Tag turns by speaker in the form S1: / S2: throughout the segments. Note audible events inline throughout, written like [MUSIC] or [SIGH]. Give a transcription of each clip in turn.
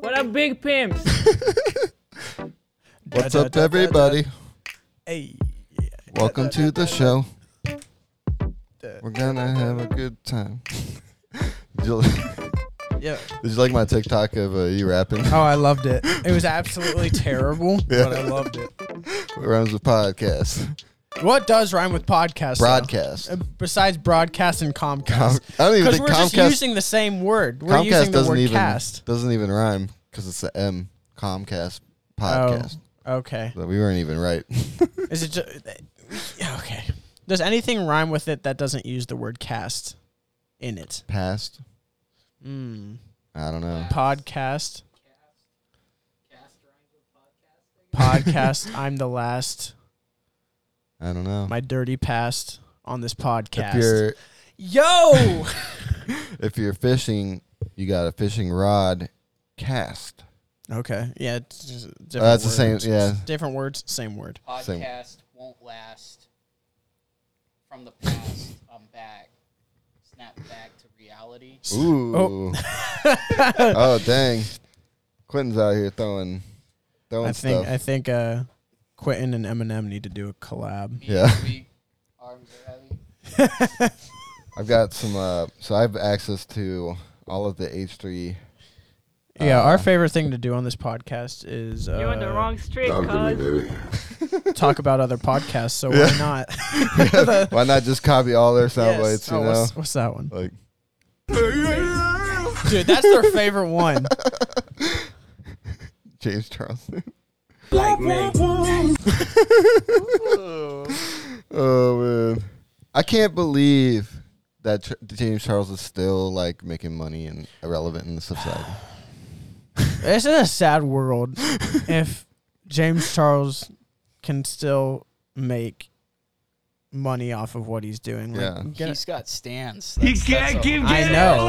S1: What up, big pimps?
S2: [LAUGHS] What's up, everybody?
S3: Hey,
S2: Welcome to the show. We're gonna have a good time. [LAUGHS] did, you, did
S3: yeah.
S2: you like my TikTok of uh, you rapping?
S3: Oh, I loved it. [LAUGHS] It was absolutely terrible, but I loved it.
S2: [LAUGHS] It rhymes with podcast.
S3: What does rhyme with podcast? though?
S2: Broadcast.
S3: Uh, Besides broadcast and Comcast,
S2: Com- [LAUGHS] I don't even
S3: because
S2: think
S3: we're just
S2: Comcast-
S3: using the same word. We're
S2: Comcast
S3: using the
S2: doesn't
S3: word
S2: even
S3: cast.
S2: doesn't even rhyme because it's the M Comcast podcast.
S3: Oh, okay.
S2: So we weren't even right.
S3: Is it just okay? Does anything rhyme with it that doesn't use the word cast in it?
S2: Past.
S3: Mm.
S2: I don't know.
S3: Podcast. Podcast. I'm the last.
S2: I don't know.
S3: My dirty past on this
S2: Oh. if
S3: podcast.
S2: you're
S3: Yo.
S2: if you're fishing, you got a fishing rod cast.
S3: okay. Yeah. It's just different
S2: Oh, that's the same-
S3: words.
S2: yeah.
S3: Different words, same word.
S4: Podcast
S2: Same.
S4: won't last. From the past, I'm back. Snap back to reality.
S2: Ooh. Oh, [LAUGHS] dang. Quentin's out here throwing throwing
S3: I think.
S2: stuff.
S3: I think. Uh, Quentin and Eminem need to do a collab.
S4: Me
S2: Yeah.
S4: weak, arms are heavy.
S2: I've got some uh so I have access to all of the Uh, H3
S3: Yeah, our favorite thing to do on this podcast is uh,
S1: you in the wrong street, cuz.
S3: talk about other podcasts. So why
S2: [LAUGHS]
S3: not?
S2: Why not just copy all their sound bites,
S3: Yes.
S2: you
S3: Oh,
S2: know?
S3: what's, what's that one?
S2: Like [LAUGHS]
S3: Dude, that's their favorite one.
S2: James Charleston.
S3: [LAUGHS]
S2: [LAUGHS] oh man. I can't believe that Ch- James Charles is still like making money and irrelevant in the society.
S3: [LAUGHS] This is a sad world
S2: [LAUGHS]
S3: if James Charles can still make money off of what he's doing. Like,
S2: Yeah.
S3: get-
S4: He's got stands. That's, that's a-
S3: I know.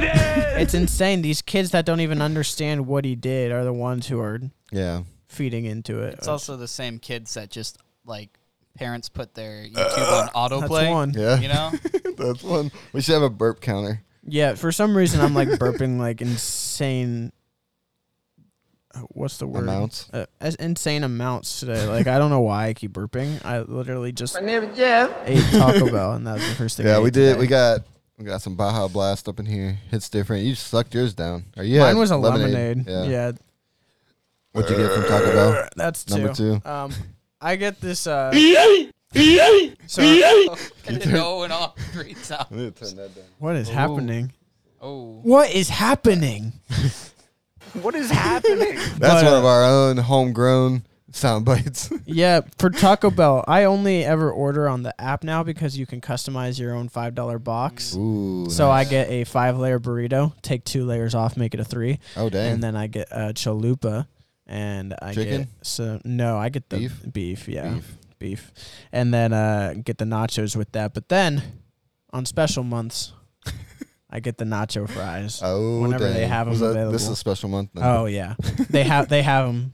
S3: It- it's insane. These kids that don't even understand what he did are the ones who are
S2: Yeah.
S3: feeding into it.
S4: It's also the same kids that just like parents put their YouTube on autoplay.
S3: That's one.
S2: Yeah.
S4: You
S2: [LAUGHS]
S4: know,
S2: That's one. We should have a burp counter.
S3: Yeah, for some reason I'm like burping like insane. uh, What's the word?
S2: Amounts?
S3: Uh, as insane amounts today. Like I don't know why I keep burping. I literally just ate Taco Bell, and that was the first thing. I
S2: Yeah, we
S3: ate
S2: did.
S3: today.
S2: We got we got some Baja Blast up in here. It's different. You sucked yours down. Or you
S3: Mine
S2: had
S3: was a lemonade.
S2: Yeah.
S3: Yeah.
S2: What'd you get from Taco Bell?
S3: that's two.
S2: Number two.
S3: Um, I get this. Uh, so
S4: and
S3: [LAUGHS]
S4: it going off three times.
S2: need to turn that down.
S3: what is happening?
S4: Oh,
S3: What is happening?
S2: That's
S3: But,
S2: one
S3: uh,
S2: of our own homegrown sound bites.
S3: Yeah, for Taco Bell, I only ever order on the app now because you can customize your own five dollar box.
S2: Ooh.
S3: So I get a five layer burrito, take two layers off, make it a three,
S2: Oh dang.
S3: and then I get a chalupa, and I
S2: Chicken?
S3: get so no, I get the
S2: Beef?
S3: beef, yeah,
S2: Beef.
S3: beef, and then uh, get the nachos with that. But then on special
S2: [LAUGHS]
S3: months, I get the nacho fries.
S2: oh
S3: whenever they
S2: dang.
S3: have 'em
S2: Was that- This
S3: available.
S2: is special month. Then.
S3: Oh yeah, they have they have them.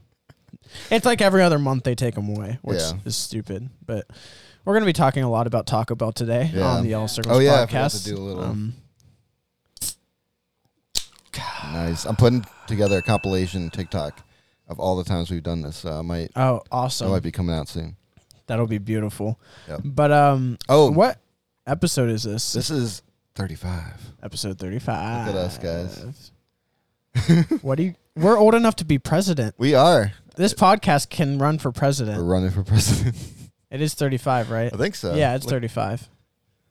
S3: It's like every other month they take them away, which
S2: Yeah.
S3: is stupid. But we're gonna be talking a lot about Taco Bell today
S2: Yeah.
S3: on the All Circles
S2: Oh, yeah, I forgot to
S3: podcast.
S2: do a little-
S3: Um,
S2: nice. I'm putting together a compilation TikTok of all the times we've done this. So I might
S3: oh,
S2: that
S3: awesome!
S2: might be coming out soon.
S3: That'll be beautiful.
S2: Yep.
S3: But um,
S2: Oh.
S3: what episode is this?
S2: This is 35.
S3: episode thirty-five.
S2: Look at us,
S3: Uh,
S2: guys.
S3: what do you? We're old enough to be president.
S2: We are.
S3: This podcast can run for
S2: We're
S3: president.
S2: running for president. [LAUGHS]
S3: It is thirty-five, right?
S2: I think so.
S3: yeah, it's
S2: Look-
S3: thirty-five.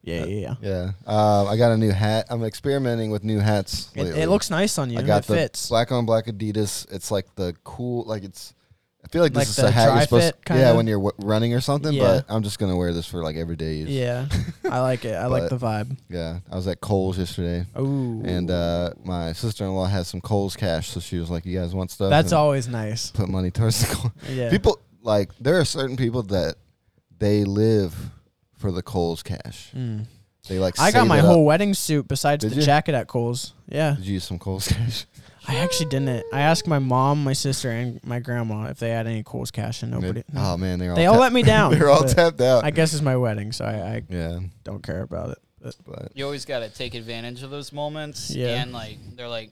S3: Yeah, yeah, yeah.
S2: Yeah. Um, I got a new hat. I'm experimenting with new hats
S3: It,
S2: lately.
S3: it looks nice on you.
S2: I got
S3: it
S2: the
S3: fits.
S2: black on black Adidas. It's like the cool, like it's. I feel like this
S3: Like
S2: is
S3: the
S2: a hat you're
S3: dry
S2: supposed
S3: fit
S2: to, yeah,
S3: kinda?
S2: when you're w- running or something.
S3: Yeah.
S2: But I'm just gonna wear this for like everyday use.
S3: Yeah, I like it. I like the vibe.
S2: Yeah. I was at Kohl's yesterday,
S3: Ooh,
S2: and uh, my sister-in-law has some Kohl's cash, so she was like, "You guys want stuff?"
S3: that's
S2: And
S3: always nice.
S2: Put money towards the Kohl's.
S3: Yeah.
S2: People like there are certain people that they live for the Kohl's cash. They like.
S3: Mm. I got
S2: save
S3: my
S2: it up.
S3: whole wedding suit besides
S2: Did
S3: the
S2: you?
S3: jacket at Kohl's. Yeah,
S2: Did you use some Kohl's cash?
S3: I actually didn't. I asked my mom, my sister, and my grandma if they had any Kohl's cash, and nobody. no.
S2: Oh man, they're all
S3: They all
S2: tap-
S3: let me down.
S2: [LAUGHS] they're all
S3: but
S2: tapped out.
S3: I guess it's my wedding, so I, I
S2: yeah,
S3: don't care about it. But
S2: but
S4: you always got to take advantage of those moments.
S3: Yeah.
S4: And like, they're like,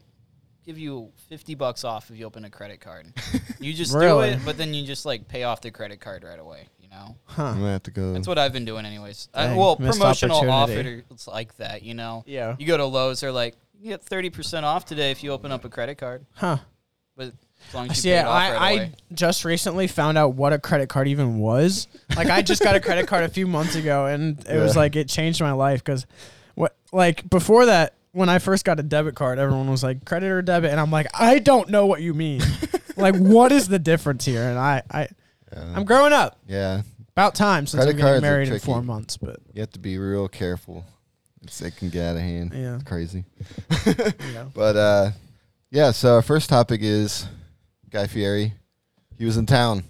S4: give you fifty bucks off if you open a credit
S3: [LAUGHS]
S4: card. You just
S3: Really?
S4: do it, but then you just like pay off the credit card right away. You know,
S2: I'm
S3: Huh.
S2: gonna have to go.
S4: that's what I've been doing anyways. I,
S3: Dang,
S4: well,
S3: missed
S4: promotional
S3: opportunity.
S4: offers like that. You know,
S3: Yeah.
S4: you go to Lowe's, they're like, you get thirty percent off today if you open up a credit card.
S3: Huh.
S4: But as long as you
S3: See,
S4: pay it
S3: yeah,
S4: off
S3: I,
S4: right
S3: I
S4: away.
S3: just recently found out what a credit card even was. Like, I just got a credit card a few months ago, and it was
S2: Yeah.
S3: like it changed my life because, what, like before that, when I first got a debit card, everyone was like credit or debit, and I'm like, I don't know what
S2: [LAUGHS]
S3: you mean. like, what is the difference here? And I, I,
S2: Yeah.
S3: I'm growing up.
S2: yeah,
S3: About time since
S2: Credit
S3: I'm getting
S2: cards are
S3: married in four
S2: tricky. [LAUGHS]
S3: months, but
S2: you have to be real careful. It's, it can get out of hand.
S3: Yeah.
S2: It's
S3: [LAUGHS]
S2: crazy.
S3: you know,
S2: [LAUGHS] But uh, yeah. So our first topic is Guy Fieri. He was in town.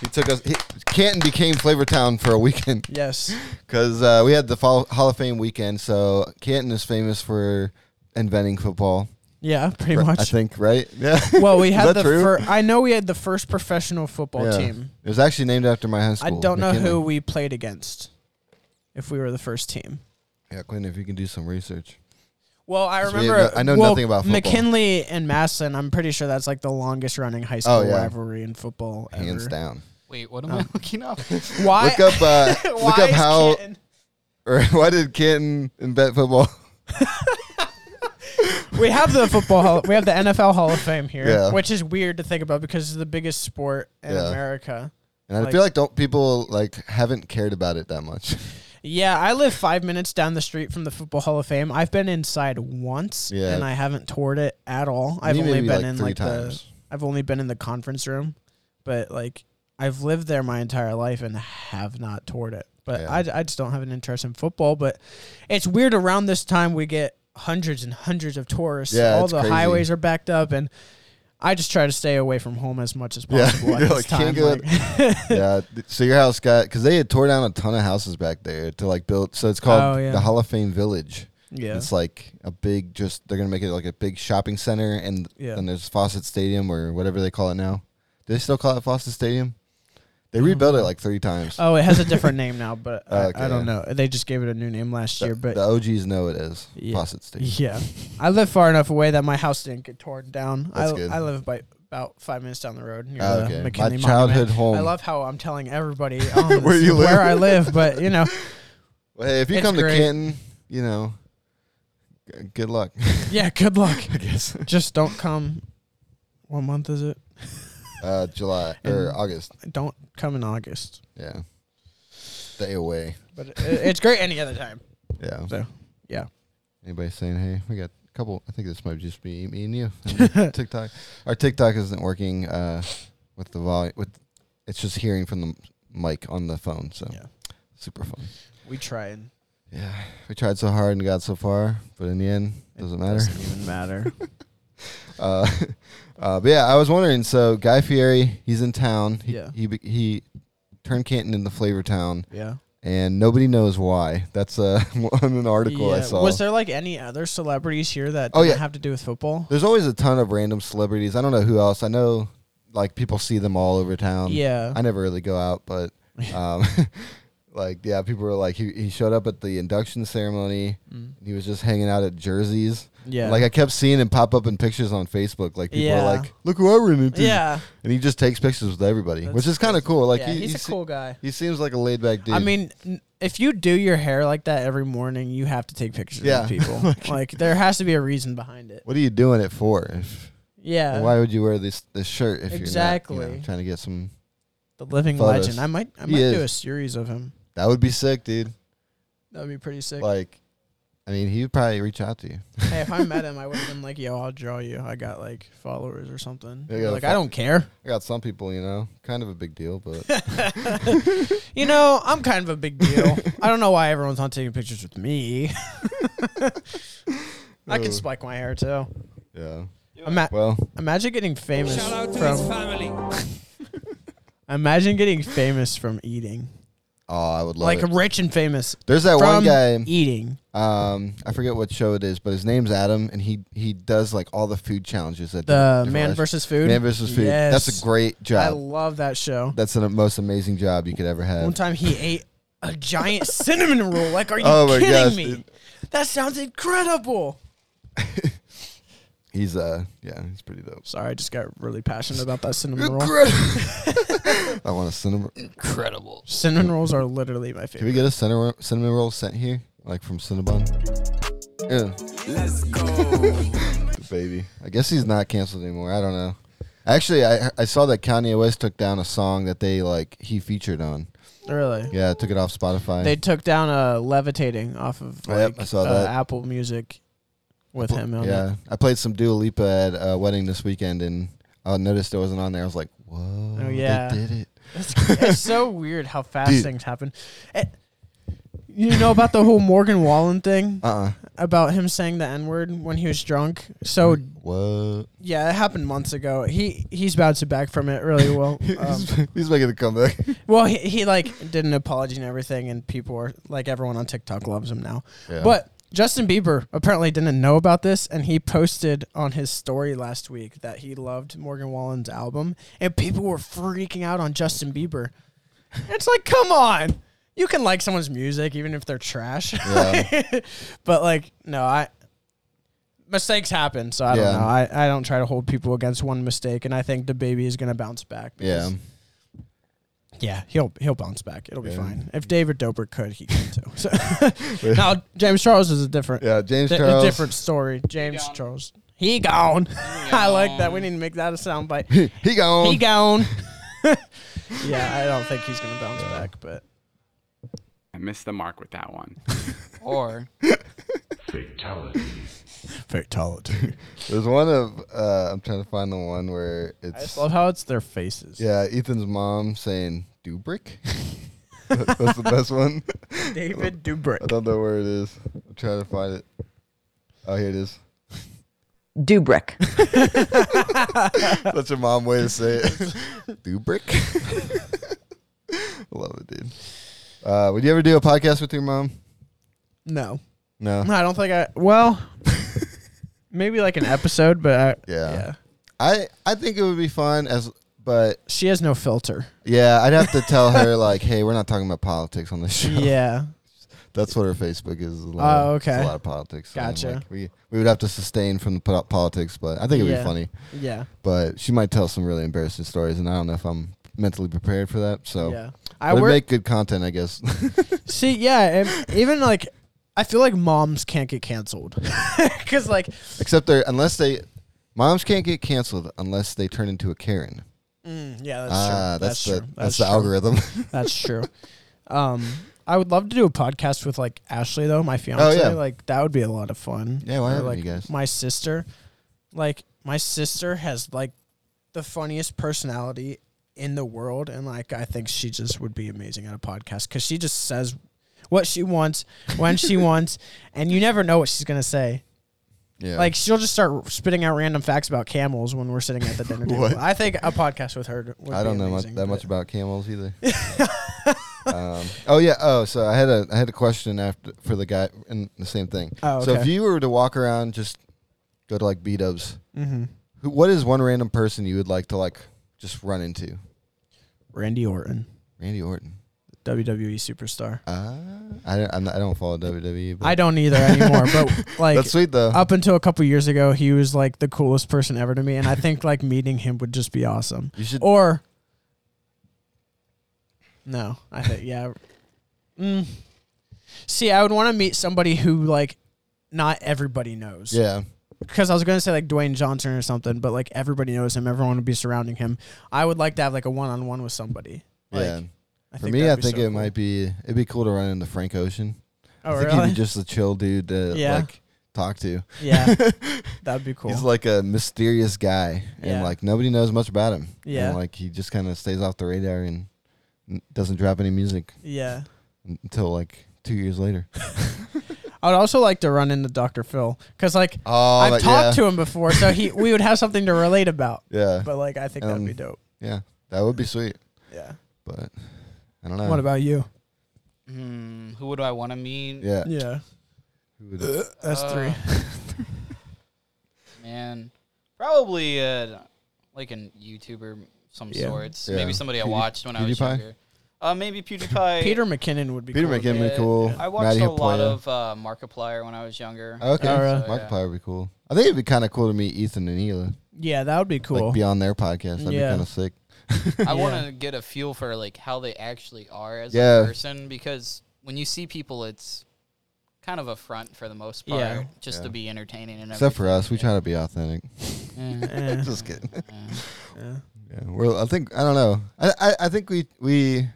S2: He took us. He, Canton became Flavor Town for a weekend.
S3: [LAUGHS] yes,
S2: Because uh, we had the Fall- Hall of Fame weekend, so Canton is famous for inventing football.
S3: yeah, pretty
S2: Right,
S3: much.
S2: I think, right? [LAUGHS] Yeah.
S3: Well, we
S2: Is
S3: had
S2: that
S3: the.
S2: true?
S3: Fir- I know we had the first professional football
S2: Yeah.
S3: team.
S2: It was actually named after my high
S3: I
S2: school.
S3: don't know
S2: McKinley.
S3: who we played against. If we were the first team.
S2: Yeah, Quinn, if you can do some research.
S3: Well, I
S2: 'Cause we have
S3: remember.
S2: no- I know
S3: well,
S2: nothing about football.
S3: McKinley and Masson. I'm pretty sure that's like the longest running high school
S2: Oh, yeah.
S3: rivalry in football.
S2: Hands
S3: ever.
S2: down.
S4: Wait, what am I looking
S2: [LAUGHS]
S4: up?
S3: Why?
S2: Look up.
S3: [LAUGHS]
S2: Uh,
S3: why
S2: look up
S3: is
S2: how.
S3: Canton-
S2: Or [LAUGHS] why did Canton invent football?
S3: we have the football. Hall, we have the NFL Hall of Fame here,
S2: Yeah.
S3: which is weird to think about because it's the biggest sport in
S2: Yeah.
S3: America.
S2: And I
S3: Like-
S2: feel like don't people like haven't cared about it that much.
S3: Yeah, I live five minutes down the street from the Football Hall of Fame. I've been inside once,
S2: Yeah.
S3: and I haven't toured it at all. I've
S2: Me
S3: only
S2: maybe,
S3: been
S2: like,
S3: in
S2: three
S3: like
S2: times.
S3: the. I've only been in the conference room, but like I've lived there my entire life and have not toured it. But
S2: Yeah.
S3: I, I just don't have an interest in football. But it's weird. Around this time, we get hundreds and hundreds of tourists.
S2: Yeah,
S3: all
S2: it's
S3: the
S2: crazy.
S3: highways are backed up, and I just try to stay away from home as much as
S2: Yeah, [LAUGHS]
S3: possible at
S2: you're
S3: this
S2: like,
S3: time.
S2: can't go-
S3: like- [LAUGHS]
S2: [LAUGHS] yeah. th- So your house got because they had tore down a ton of houses back there to like build. So it's called
S3: Oh, yeah.
S2: the Hall of Fame Village.
S3: yeah,
S2: It's like a big, just they're gonna make it like a big shopping center, and
S3: Yeah.
S2: and there's Fawcett Stadium or whatever they call it now. Do they still call it Fawcett Stadium? They rebuilt it like three times.
S3: Mm-hmm.
S2: Oh,
S3: Oh, it has
S2: [LAUGHS]
S3: a different name now, but I,
S2: Okay.
S3: I don't know. They just gave it a new name last
S2: the,
S3: year, but
S2: the OGs know it as
S3: Yeah.
S2: Fawcett Stadium.
S3: yeah, I live far enough away that my house didn't get torn down.
S2: That's
S3: I
S2: good.
S3: I live by about five minutes down the road near
S2: Oh,
S3: the
S2: okay. My
S3: McKinley
S2: childhood
S3: Monument.
S2: home.
S3: I love how I'm
S2: [LAUGHS]
S3: telling everybody um,
S2: Where
S3: where
S2: you live.
S3: I
S2: [LAUGHS]
S3: live, but you know,
S2: Well, hey, if you
S3: It's
S2: come to
S3: great.
S2: Canton, you know, g- good luck. [LAUGHS]
S3: yeah, good luck.
S2: I guess
S3: Just don't come. What month is it?
S2: uh, July or
S3: And-
S2: August.
S3: Don't come in August,
S2: Yeah, stay away.
S3: but it, it's great any other time.
S2: Yeah.
S3: So, yeah.
S2: Anybody saying, hey, we got a couple. I think this might just be me and you.
S3: [LAUGHS]
S2: and TikTok. Our TikTok isn't working uh, with the volume. With it's just hearing from the mic on the phone. So
S3: Yeah.
S2: super fun.
S3: We try and
S2: Yeah, we tried so hard and got so far, but in the end, doesn't matter.
S3: doesn't even matter.
S2: [LAUGHS]
S3: [LAUGHS]
S2: Uh, uh, but yeah, I was wondering. So Guy Fieri, he's in town. He,
S3: Yeah.
S2: He be- he turned Canton into Flavor Town,
S3: yeah.
S2: and nobody knows why. That's uh, on [LAUGHS] an article I
S3: Yeah.
S2: saw.
S3: Was there like any other celebrities here that
S2: Oh,
S3: didn't
S2: yeah.
S3: have to do with football?
S2: There's always a ton of random celebrities. I don't know who else. I know like people see them all over town.
S3: yeah.
S2: I never really go out, but um, [LAUGHS] like yeah, people were like he, he showed up at the induction ceremony.
S3: Mm.
S2: And he was just hanging out at jerseys.
S3: Yeah.
S2: Like I kept seeing him pop up in pictures on Facebook. Like people
S3: Yeah.
S2: are like, "Look who I ran into."
S3: yeah.
S2: And he just takes pictures with everybody,
S3: That's
S2: which is kind of cool. Like
S3: yeah,
S2: he,
S3: he's
S2: he
S3: a
S2: se-
S3: cool guy.
S2: he seems like a laid back dude.
S3: I mean, n- if you do your hair like that every morning, you have to take pictures
S2: Yeah. [LAUGHS]
S3: of people. like there has to be a reason behind it.
S2: what are you doing it for? If,
S3: Yeah.
S2: why would you wear this this shirt if you're not you
S3: Exactly.
S2: know, trying to get some?
S3: The living
S2: Photos.
S3: legend. I might I
S2: He
S3: might do
S2: is.
S3: a series of him.
S2: That would be sick, dude.
S3: That'd be pretty sick.
S2: Like, I mean, he would probably reach out to you.
S3: hey, if I met him, I would have been like, "Yo, I'll draw you." I got like followers or something.
S2: Yeah,
S3: Be
S2: yeah,
S3: like,
S2: fo-
S3: I don't care.
S2: I got some people, you know, kind of a big deal,
S3: [LAUGHS]
S2: but [LAUGHS]
S3: You know, I'm kind of a big
S2: [LAUGHS]
S3: deal. I don't know why everyone's not taking pictures with me. [LAUGHS] I
S2: Oh.
S3: could spike my hair too.
S2: yeah.
S3: Ima-
S2: Well,
S3: imagine getting famous
S5: Shout out to his
S3: from.
S5: family.
S3: [LAUGHS] Imagine getting famous from eating,
S2: oh, I would love
S3: like
S2: it.
S3: rich and famous
S2: There's that one
S3: from
S2: guy.
S3: eating.
S2: Um, I forget what show it is, but his name's Adam, and he he does like all the food challenges. At
S3: The
S2: different
S3: man
S2: restaurants.
S3: versus food.
S2: man versus food. That's
S3: Yes.
S2: a great
S3: I
S2: job.
S3: love that show.
S2: That's the most amazing job you could ever have.
S3: One time he ate a giant cinnamon roll. Like, are you
S2: Oh my
S3: kidding
S2: gosh,
S3: me?
S2: dude.
S3: That sounds incredible.
S2: He's uh yeah, he's pretty dope.
S3: Sorry, I just got really passionate about that cinnamon roll. [LAUGHS]
S2: Incredible. I want a cinnamon.
S4: Incredible.
S3: Cinnamon rolls are literally my
S2: Can we
S3: favorite.
S2: get a cinnamon cinnamon roll sent here, like from Cinnabon? Yeah,
S5: Let's go.
S2: baby. I guess he's not canceled anymore. I don't know. Actually, I I saw that Kanye West took down a song that they like he featured on.
S3: Really?
S2: Yeah, took it off Spotify.
S3: They took down uh, levitating off of
S2: Oh,
S3: like,
S2: yep, I saw
S3: uh,
S2: that.
S3: Apple Music with him on
S2: yeah,
S3: it.
S2: I played some Dua Lipa at a wedding this weekend, and I noticed it wasn't on there. I was like, "Whoa,
S3: Oh, yeah.
S2: Oh, they did it!"
S3: It's,
S2: [LAUGHS]
S3: it's so weird how fast
S2: Dude.
S3: things happen. Eh, you know about the whole Morgan Wallen thing
S2: Uh, uh
S3: about him saying the N word when he was drunk. So
S2: Hmm. what?
S3: yeah, it happened months ago. He he's bouncing back from it really well. Um,
S2: [LAUGHS] he's, [LAUGHS] he's making a comeback.
S3: well, he, he like did an apology and everything, and people are like everyone on TikTok loves him now.
S2: Yeah.
S3: But Justin Bieber apparently didn't know about this, and he posted on his story last week that he loved Morgan Wallen's album, and people were freaking out on Justin Bieber. It's like, come on, you can like someone's music even if they're trash.
S2: Yeah.
S3: [LAUGHS] but like, no, I mistakes happen, so I
S2: Yeah.
S3: don't know. I, I don't try to hold people against one mistake, and I think the baby is gonna bounce back.
S2: yeah,
S3: because- yeah, he'll he'll bounce back. It'll be
S2: Yeah.
S3: fine. If David Dobrik could, he could too.
S2: [LAUGHS]
S3: So [LAUGHS] now James Charles is a different
S2: yeah. James
S3: di-
S2: Charles.
S3: a different story. James
S4: gone.
S3: Charles. He gone. [LAUGHS] I like that. We need to make that a soundbite.
S2: [LAUGHS] he gone. [LAUGHS]
S3: He gone. [LAUGHS] yeah, I don't think he's gonna bounce back, but
S5: I missed the mark with that one.
S2: [LAUGHS]
S4: Or
S2: [LAUGHS]
S3: fatality.
S2: There's one of uh, I'm trying to find the one where
S3: I just
S2: it's
S3: love how it's their faces.
S2: yeah Ethan's mom saying Dubrick. That- That's the best one.
S3: David
S2: I
S3: Dobrik.
S2: don't know where it is. I'm trying to find it. Oh, here it is.
S6: Dubrick.
S2: Such a mom way to say it. Dubrick. [LAUGHS] Love it, dude. Uh, would you ever do a podcast with your mom?
S3: No,
S2: No.
S3: No, I don't think I. Well, [LAUGHS] maybe like an episode, but I,
S2: [LAUGHS] Yeah. I I think it would be fun as but
S3: she has no filter.
S2: yeah, I'd
S3: [LAUGHS]
S2: have to tell her like, "Hey, we're not talking about politics on this show."
S3: yeah.
S2: [LAUGHS] That's what her Facebook is. is A lot
S3: Oh,
S2: of, it's
S3: okay.
S2: A lot of politics. and,
S3: Gotcha.
S2: like, we we would have to sustain from the po- politics, but I think it'd
S3: Yeah.
S2: be funny.
S3: Yeah.
S2: But she might tell some really embarrassing stories, and I don't know if I'm mentally prepared for that. So
S3: Yeah.
S2: I
S3: I
S2: would
S3: work.
S2: make good content, I guess. [LAUGHS]
S3: see, yeah. and even like, I feel like moms can't get canceled because like,
S2: Except they're unless they moms can't get canceled unless they turn into a Karen.
S3: mm, yeah, that's
S2: Ah,
S3: true.
S2: that's,
S3: That's, true.
S2: the that's, the algorithm.
S3: [LAUGHS] That's true. Um, I would love to do a podcast with like Ashley though, my fiance.
S2: Oh, yeah.
S3: Like that would be a lot of fun.
S2: Yeah, why
S3: Or,
S2: haven't
S3: like
S2: you guys?
S3: my sister, like my sister has like the funniest personality in the world, and like I think she just would be amazing at a podcast because she just says what she wants
S2: [LAUGHS]
S3: when she wants, and you never know what she's gonna say.
S2: yeah,
S3: Like she'll just start spitting out random facts about camels when we're sitting at the dinner
S2: [LAUGHS]
S3: table.
S2: What?
S3: I think a podcast with her would
S2: I
S3: be
S2: don't know much,
S3: amazing,
S2: that much
S3: but-
S2: about camels
S3: [LAUGHS]
S2: either. um, oh yeah. Oh, so I had a I had a question after for the guy and the same thing.
S3: Oh,
S2: So if
S3: okay.
S2: you were to walk around, just go to like B Dubs.
S3: Mm-hmm.
S2: Who? What is one random person you would like to like just run into?
S3: Randy Orton,
S2: Randy Orton.
S3: WWE superstar.
S2: Uh, I don't. I'm not, I don't follow WWE. But
S3: I don't either anymore,
S2: [LAUGHS]
S3: but like
S2: that's sweet though.
S3: up until a couple years ago, he was like the coolest person ever to
S2: [LAUGHS]
S3: me, and I think like meeting him would just be awesome.
S2: you should.
S3: Or no, I think yeah. Mm. See, I would want to meet somebody who like not everybody knows.
S2: Yeah.
S3: Because I was gonna say like Dwayne Johnson or something, but like everybody knows him, everyone would be surrounding him. I would like to have like a one on one with somebody. Like,
S2: yeah.
S3: I
S2: For me, I
S3: that'd be
S2: think
S3: so
S2: it
S3: cool.
S2: might be it'd be cool to run into Frank Ocean.
S3: Oh
S2: I think he'd
S3: really?
S2: be just a chill dude to
S3: Yeah.
S2: like talk to. [LAUGHS]
S3: yeah, that'd be cool.
S2: He's like a mysterious guy, and
S3: Yeah.
S2: like nobody knows much about him.
S3: Yeah.
S2: and, like he just kind of stays off the radar and n- doesn't drop any music
S3: yeah.
S2: n- until like two years
S3: [LAUGHS]
S2: later.
S3: I would also like to run into Dr. Phil because, like,
S2: Oh,
S3: I've talked to him before, so he we would have something to relate about.
S2: [LAUGHS] Yeah,
S3: But like, I think that'd be
S2: Um,
S3: dope.
S2: yeah, that would be sweet.
S3: Yeah.
S2: But I don't know.
S3: what about you?
S4: hmm, who would I want to meet?
S2: yeah?
S3: Yeah,
S2: Who would-
S3: that's
S4: Uh,
S3: three.
S4: [LAUGHS] Man, probably uh, like a YouTuber of some
S3: Yeah.
S4: sorts.
S2: Yeah.
S4: Maybe somebody I
S2: Pewdie-
S4: watched when I was
S2: PewDiePie?
S4: younger. Uh, maybe PewDiePie.
S3: Peter McKinnon would be.
S2: Peter
S3: cool.
S2: McKinnon would be
S4: Yeah.
S2: cool.
S4: I watched a
S2: Matty
S4: lot
S2: Hapoya.
S4: of uh, Markiplier when I was younger.
S2: Okay,
S3: Oh, really?
S4: So, yeah.
S2: Markiplier would be cool. I think it'd be kind of cool to meet Ethan and Hila.
S3: Yeah, that would be cool.
S2: Like be on their podcast. That'd be
S3: Yeah.
S2: kind of sick.
S3: [LAUGHS]
S4: I want to get a feel for like how they actually are as
S2: Yeah.
S4: a person because when you see people, it's kind of a front for the most part,
S3: Yeah.
S4: just to be entertaining and
S2: Except for us, we try to be authentic.
S4: everything. Yeah.
S3: [LAUGHS] Eh,
S2: Just [LAUGHS] kidding.
S3: yeah.
S2: Yeah, we're. I think I don't know. I, I I think we we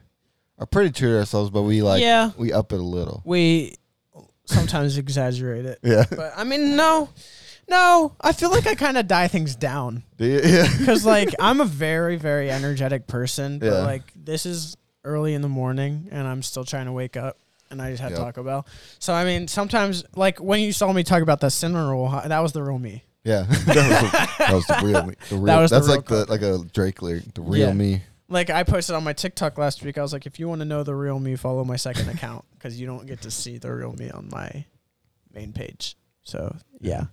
S2: are pretty true to ourselves, but we like
S3: Yeah.
S2: we up it a
S3: [LAUGHS]
S2: little.
S3: [LAUGHS] We sometimes exaggerate it.
S2: Yeah.
S3: But I mean, no, no. I feel like I kind of die things down
S2: Do you- [LAUGHS] yeah.
S3: because, like, I'm a very, very energetic person. But
S2: Yeah.
S3: like, this is early in the morning, and I'm still trying to wake up. And I just had
S2: Yep.
S3: Taco Bell. So I mean, sometimes, like when you saw me talk about that cinnamon roll, huh, that was the real me.
S2: Yeah. [LAUGHS] that, was the, that was the real me.
S3: [LAUGHS]
S2: The real.
S3: was the
S2: that's
S3: real
S2: like the like a Drake lyric. The real
S3: Yeah.
S2: me.
S3: Like I posted on my TikTok last week. I was like, if you want to know the real me, follow my second account because you don't get to see the real me on my main page. So yeah,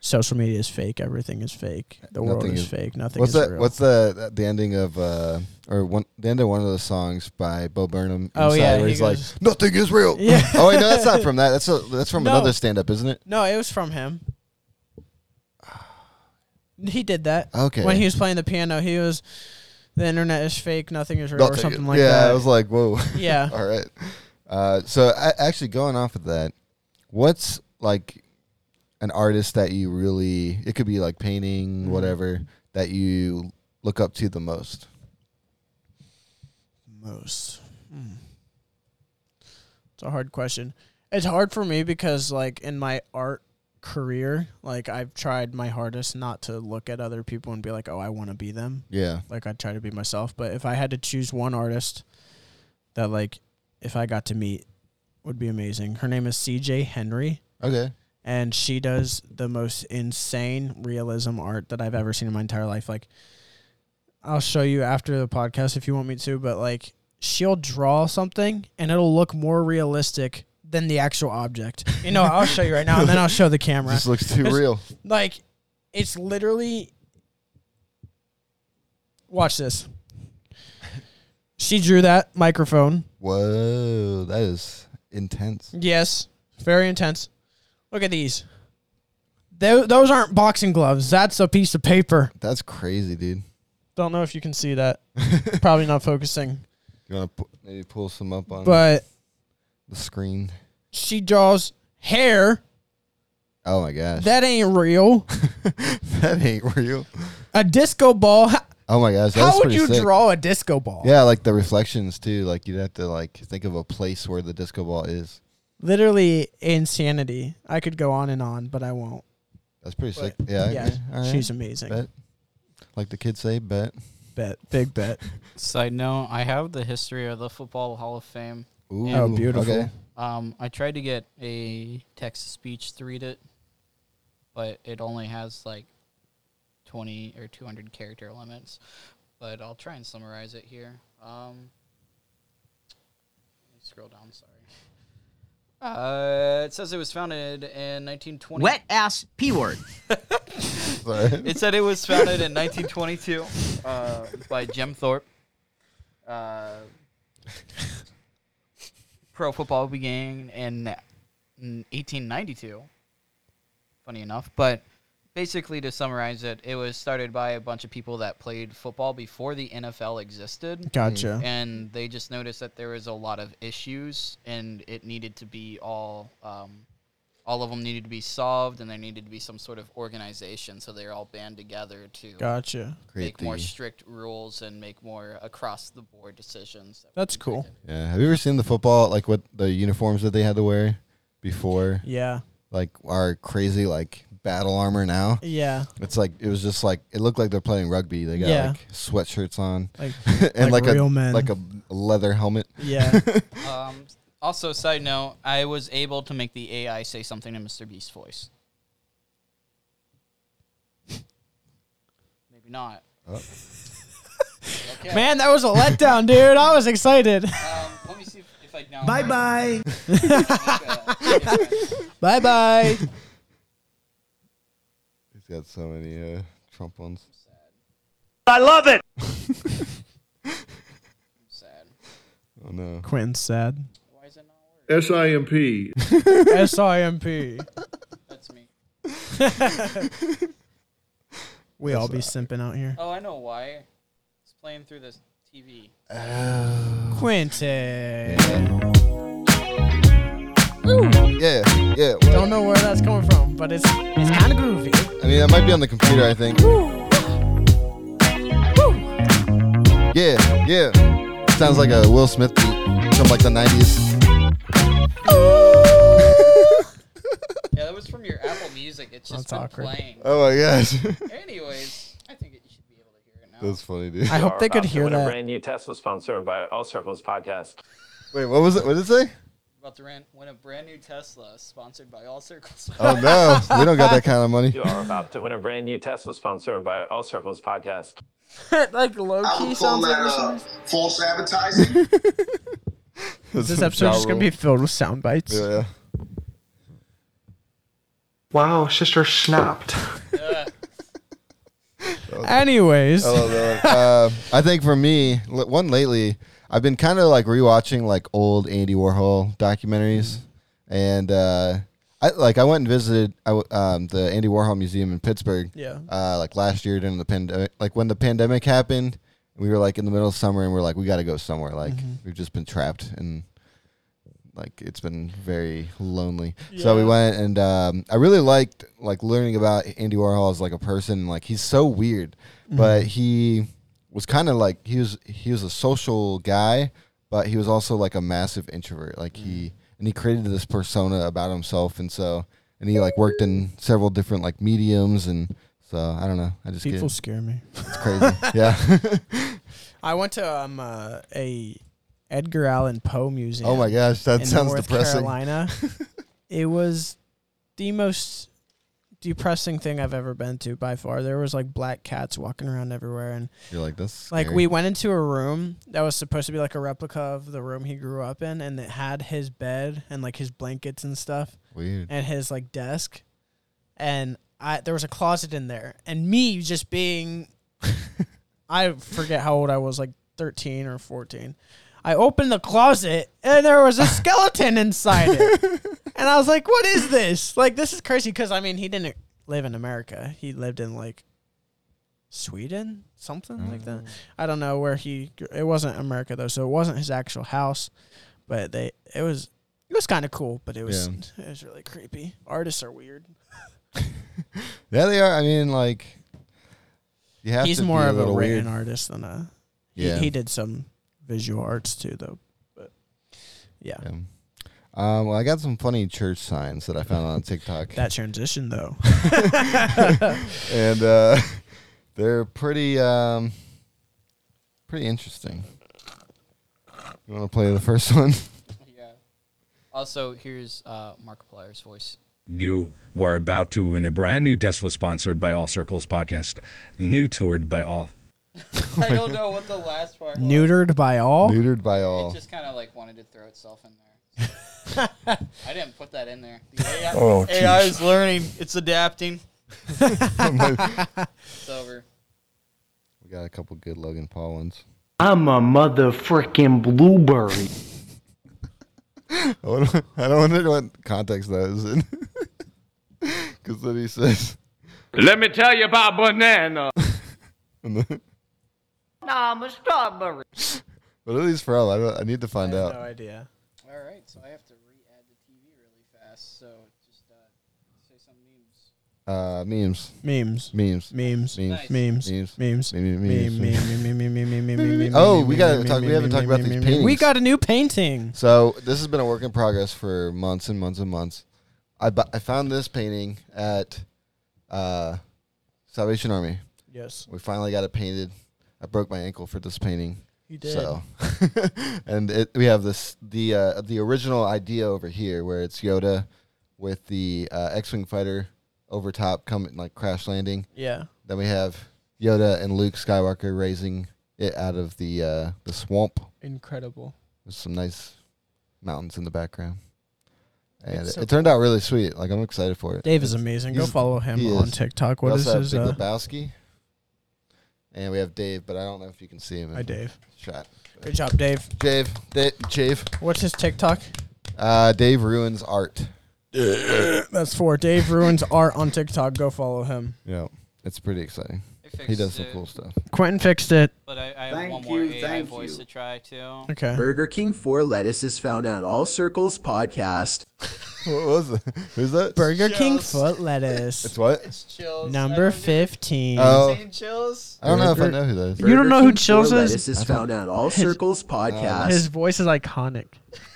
S3: social media is fake. Everything is fake. The world
S2: Nothing
S3: is,
S2: is-
S3: fake. Nothing
S2: What's
S3: is
S2: that?
S3: real.
S2: What's the the ending of uh or one the end of one of those songs by Bo Burnham?
S3: Oh,
S2: Inside,
S3: yeah,
S2: where
S3: he
S2: he's
S3: goes-
S2: like nothing is real.
S3: [LAUGHS] Yeah.
S2: oh wait, no, that's not from that. That's a, that's from
S3: [LAUGHS] No.
S2: another stand up, isn't it?
S3: no, it was from him. [SIGHS] He did that.
S2: Okay.
S3: When he was playing the piano, he was the internet is fake. Nothing is real, or
S2: Nothing-
S3: something like
S2: yeah,
S3: that.
S2: I was like, whoa.
S3: [LAUGHS] yeah.
S2: [LAUGHS] All right. Uh, so I, actually, going off of that, what's like an artist that you really? It could be like painting,
S3: Mm-hmm.
S2: whatever that you look up to the most.
S3: most? Hmm. It's a hard question. It's hard for me because, like, in my art career, like, I've tried my hardest not to look at other people and be like, oh, I want to be them.
S2: Yeah.
S3: Like, I try to be myself. But if I had to choose one artist that, like, if I got to meet, would be amazing. Her name is CJ Henry,
S2: Okay.
S3: and she does the most insane realism art that I've ever seen in my entire life. Like, I'll show you after the podcast if you want me to, but like she'll draw something and it'll look more realistic than the actual object. You know, I'll show you right now and then I'll show the [LAUGHS] camera.
S2: This looks too
S3: It's-
S2: real.
S3: Like it's literally Watch this. She drew that microphone.
S2: Whoa, that is intense.
S3: Yes, very intense. Look at these. Tho- those aren't boxing gloves. That's a piece of paper.
S2: That's crazy, dude.
S3: Don't know if you can see that. Probably not focusing.
S2: You want to maybe pull some up on
S3: But
S2: the screen?
S3: she draws hair.
S2: Oh my gosh,
S3: That ain't real.
S2: [LAUGHS] that ain't real.
S3: A disco ball. How,
S2: Oh my gosh, that's
S3: how would
S2: pretty
S3: you
S2: sick.
S3: draw a disco ball?
S2: Yeah, like the reflections too. Like you'd have to like think of a place where the disco ball is.
S3: Literally insanity. I could go on and on, but I won't.
S2: That's pretty sick.
S3: But,
S2: Yeah,
S3: yeah,
S2: okay. All right.
S3: she's amazing. Bet.
S2: bet. Like the kids say, bet.
S3: Big bet.
S4: Side note: I have the history of the Football Hall of Fame.
S2: Ooh,
S4: Oh,
S3: beautiful.
S4: Um, I tried to get a text to speech to read it, but it only has like 20 or 200 character limits. But I'll try and summarize it here. Um, let me scroll down, sorry. Uh, it says it was founded in 1920.
S7: Wet ass P
S3: [LAUGHS]
S7: word.
S2: Sorry.
S4: It said it was founded in 1922 uh, by Jim Thorpe. Uh, pro football began in 1892. Funny enough, but basically to summarize it, it was started by a bunch of people that played football before the NFL existed.
S3: Gotcha.
S4: And they just noticed that there was a lot of issues, and it needed to be all, um, all of them needed to be solved, and there needed to be some sort of organization. So they're all band together to
S3: Gotcha.
S2: Create
S4: make more
S2: the-
S4: strict rules and make more across the board decisions.
S3: That's cool.
S2: yeah. Have you ever seen the football? Like what the uniforms that they had to wear before?
S3: Yeah.
S2: Like our crazy like battle armor now.
S3: Yeah.
S2: It's like it was just like it looked like they're playing rugby. They got
S3: Yeah.
S2: like sweatshirts on
S3: Like
S2: [LAUGHS] and
S3: Like
S2: like,
S3: real
S2: a
S3: men.
S2: like a leather helmet. [LAUGHS]
S3: yeah.
S4: Um, also, side note, I was able to make the AI say something in Mr. Beast's
S2: [LAUGHS]
S4: voice. Maybe not.
S2: Oh.
S4: Okay.
S3: Man, [LAUGHS] that was a letdown, dude. I
S4: [LAUGHS]
S3: was excited.
S4: Um, let me see if, if I know.
S7: Bye
S3: [LAUGHS]
S7: bye.
S3: bye bye.
S2: He's got so many uh, Trump ones.
S3: [LAUGHS]
S4: Sad.
S2: Oh no.
S3: Quentin's sad.
S4: Why is it not working?
S8: S I M P.
S3: S I M P.
S4: That's me.
S3: We all be simping out here.
S4: Oh, I know why. It's playing through this TV.
S3: Quentin.
S2: Yeah, yeah.
S3: Don't know where that's coming from, but it's it's kind of groovy.
S2: I mean, that might be on the computer, I think. Yeah, yeah. Sounds like a Will Smith beat from like the 90s.
S4: Yeah, that was from your Apple Music. It's
S7: [LAUGHS]
S4: just
S3: That's
S4: been
S3: awkward.
S4: playing.
S2: Oh my gosh. [LAUGHS]
S4: Anyways, I think it, you should be able to hear it now.
S2: That's funny, dude.
S3: I hope they could
S7: about to
S3: hear
S7: win a
S3: that.
S7: brand new Tesla sponsored by All Circles Podcast.
S2: Wait, what was it? What did it say?
S4: About to rent, win a brand new Tesla sponsored by All Circles.
S2: Oh no,
S3: [LAUGHS]
S2: we don't got that kind of money.
S7: You are about to win a brand new Tesla sponsored by All Circles Podcast.
S3: like low
S8: I
S3: key
S8: would call
S3: sounds like
S8: that uh, false advertising.
S3: this episode's just gonna be filled with sound bites.
S2: Yeah.
S9: Wow, sister snapped.
S3: Anyways,
S2: I love that one.
S3: [LAUGHS]
S2: Uh, I think for me, l- one lately, I've been kind of like rewatching like old Andy Warhol documentaries,
S3: Mm-hmm.
S2: and uh, I like I went and visited I w um, the Andy Warhol Museum in Pittsburgh.
S3: Yeah.
S2: Uh, like last year during the pandemic, like when the pandemic happened, we were like in the middle of summer, and we are like, we got to go somewhere. Like
S3: Mm-hmm.
S2: we've just been trapped and. Like it's been very lonely, so we went and um, I really liked like learning about Andy Warhol as like a person. Like he's so weird,
S3: Mm-hmm.
S2: but he was kind of like he was he was a social guy, but he was also like a massive introvert. Like he
S3: Mm-hmm.
S2: and he created this persona about himself, and so and he like worked in several different like mediums, and so I don't know. I just
S3: people
S2: get
S3: scare me.
S2: it's
S3: [LAUGHS]
S2: crazy. yeah. [LAUGHS]
S3: I went to um uh, a Edgar Allan Poe museum.
S2: oh my gosh, that
S3: in
S2: sounds
S3: North
S2: depressing. [LAUGHS]
S3: Carolina. it was the most depressing thing I've ever been to by far. There was like black cats walking around everywhere and
S2: You're like this.
S3: like we went into a room that was supposed to be like a replica of the room he grew up in and it had his bed and like his blankets and stuff
S2: weird.
S3: and his like desk and I there was a closet in there and me just being I forget how old I was like 13 or 14 I opened the closet and there was a skeleton inside it and I was like what is this like this is crazy cuz I mean he didn't live in America he lived in like Sweden something like
S2: Mm.
S3: that I don't know where he it wasn't America though so it wasn't his actual house but they it was it was kind of cool but it was [LAUGHS] it was really creepy artists are weird
S2: Yeah, they are. I mean, like you have
S3: he's
S2: to
S3: more
S2: be a
S3: of a
S2: little
S3: written
S2: weird.
S3: artist than a. he-
S2: Yeah.
S3: He, did some visual arts too, though. But yeah,
S2: Yeah. Um, well, I got some funny church signs that I found
S3: [LAUGHS]
S2: on TikTok.
S3: that transition though.
S2: [LAUGHS] and uh, they're pretty um, pretty interesting. You want to play the first
S3: [LAUGHS]
S2: one?
S4: yeah. [LAUGHS] Also, here's uh, Markiplier's voice.
S10: You were about to win a brand new Tesla sponsored by All Circles Podcast, new toured by all.
S2: Oh
S4: I don't know what the last part was.
S3: Neutered by all.
S2: Neutered by
S4: It
S2: all.
S4: just kind of like wanted to throw itself in there.
S2: [LAUGHS]
S4: I didn't put that in there. The AI,
S9: Oh,
S4: AI is
S2: [LAUGHS]
S4: learning. It's adapting. it's over.
S2: We got a couple good Logan Paul ones. [LAUGHS]
S9: I'm a motherfucking blueberry.
S2: I don't I don't wonder what context that is in. [LAUGHS] Because then he says, [LAUGHS]
S9: Let me tell you about banana.
S2: and then-
S6: Nah, I'm a strawberry.
S2: "What are these from?" I don't. I need to
S3: I
S2: find
S3: have
S2: out.
S3: no idea.
S4: All right, so I have to re-add the TV really fast. So just uh, say some memes.
S2: Uh, memes,
S3: Memes.
S2: memes, memes.
S3: Memes.
S4: Nice.
S3: Memes.
S2: Memes.
S3: Memes. Memes.
S2: Meme- memes.
S3: Meme- meme- [LAUGHS] meme- meme- meme- meme- meme- meme-
S2: Oh, we
S3: meme-
S2: gotta
S3: meme-
S2: talk- we
S3: meme-
S2: haven't
S3: meme-
S2: talked about
S3: meme-
S2: these
S3: meme- meme. [LAUGHS] We
S2: paintings.
S3: got a new painting.
S2: So this has been a work in progress for months and months and months. I bu- I found this painting at uh, Salvation Army.
S3: Yes,
S2: We finally got it painted. I broke my ankle for this painting.
S3: you did.
S2: So, [LAUGHS] and it, we have this the uh, the original idea over here where it's Yoda with the uh, X-wing fighter over top coming like crash landing.
S3: Yeah.
S2: Then we have Yoda and Luke Skywalker raising it out of the uh, the swamp
S3: Incredible.
S2: with some nice mountains in the background. And
S3: It's
S2: it,
S3: so
S2: it turned out really sweet. Like I'm excited for it.
S3: Dave is amazing. Go
S2: he's-
S3: follow him
S2: he
S3: on
S2: is.
S3: TikTok.
S2: We
S3: What is
S2: also
S3: his?
S2: have
S3: Uh,
S2: Big Lebowski. And we have Dave, but I don't know if you can see him. in
S3: hi, Dave.
S2: Shot.
S3: Good job, Dave.
S2: Dave, Dave, Dave.
S3: What's his TikTok?
S2: Uh, Dave ruins art.
S3: [CLEARS THROAT] That's four. Dave ruins art on TikTok. Go follow him.
S2: Yeah, it's pretty exciting.
S4: I
S2: He
S4: fixed
S2: does some
S4: it.
S2: cool stuff.
S3: Quentin fixed it.
S4: But I, I have
S11: Thank
S4: one more
S11: you,
S4: AI
S11: thank
S4: voice
S11: you.
S4: to try too.
S3: Okay.
S11: Burger King Four Lettuce is found on All Circles podcast.
S2: What was it? Who's that?
S3: Burger King
S4: Yes.
S3: foot lettuce.
S2: It's what?
S4: Chills.
S3: Number fifteen.
S2: Oh,
S4: Chills.
S2: I don't know if I
S3: Burger-
S2: know who that is.
S3: You don't know who
S11: King Four
S3: Chills is?
S11: Lettuce is found on
S3: [LAUGHS]
S11: All
S3: His-
S11: Circles podcast.
S3: His voice is iconic.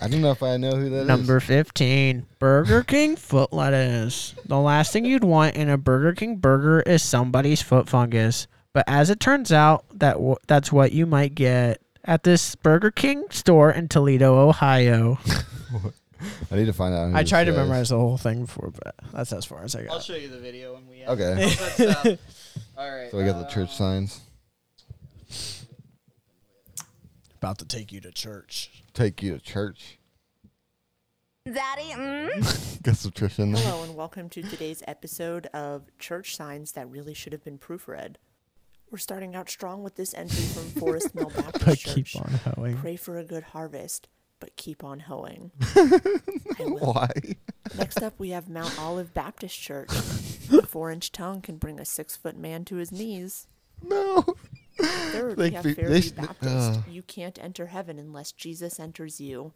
S2: I don't know if I know who that is.
S3: Number 15, Burger King foot lettuce. The last thing you'd want in a Burger King burger is somebody's foot fungus. But as it turns out, that w- that's what you might get at this Burger King store in Toledo, Ohio.
S2: [LAUGHS] I need to find out. Who
S3: I
S2: this
S3: tried to
S2: guy is.
S3: memorize the whole thing before, but that's as far as I
S4: I'll
S3: got.
S4: show you the video when we end. uh,
S2: Okay.
S3: [LAUGHS]
S4: All right. uh,
S2: So we got the church signs.
S3: About to take you to church.
S2: Take you to church.
S12: Daddy, mm?
S3: [LAUGHS]
S2: Got some church in there.
S12: Hello and welcome to today's episode of Church Signs That Really Should Have Been Proofread. We're starting out strong with this entry from Forest
S3: [LAUGHS]
S12: Mill
S3: But
S12: Baptist
S3: keep
S12: Church.
S3: on hoeing.
S12: Pray for a good harvest, but keep on
S3: [LAUGHS]
S12: hoeing.
S2: Why?
S12: Next up, we have Mount Olive Baptist Church. A four-inch tongue can bring a six-foot man to his knees.
S2: No.
S12: Third,
S2: Like
S12: we have
S2: the-
S12: Fairview
S2: they sh-
S12: Baptist.
S2: uh.
S12: You can't enter heaven unless Jesus enters you.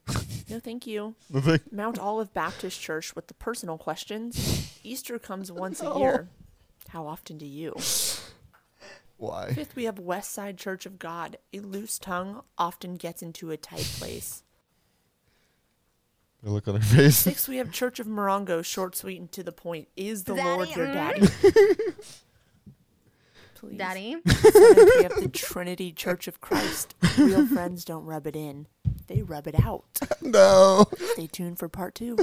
S12: No, thank you.
S2: No, thank-
S12: Mount Olive Baptist Church with the personal questions. Easter comes once a year. How often do you?
S2: Why?
S12: Fifth, we have West Side Church of God. A loose tongue often gets into a tight place.
S2: The look on her face.
S12: Sixth, we have Church of Morongo. Short, sweet, and to the point. Is the Lord your
S13: Daddy,
S12: daddy? Please. Daddy. Seventh, we have the Trinity Church of Christ. Real friends don't rub it in; they rub it out.
S2: No.
S12: Stay tuned for part two.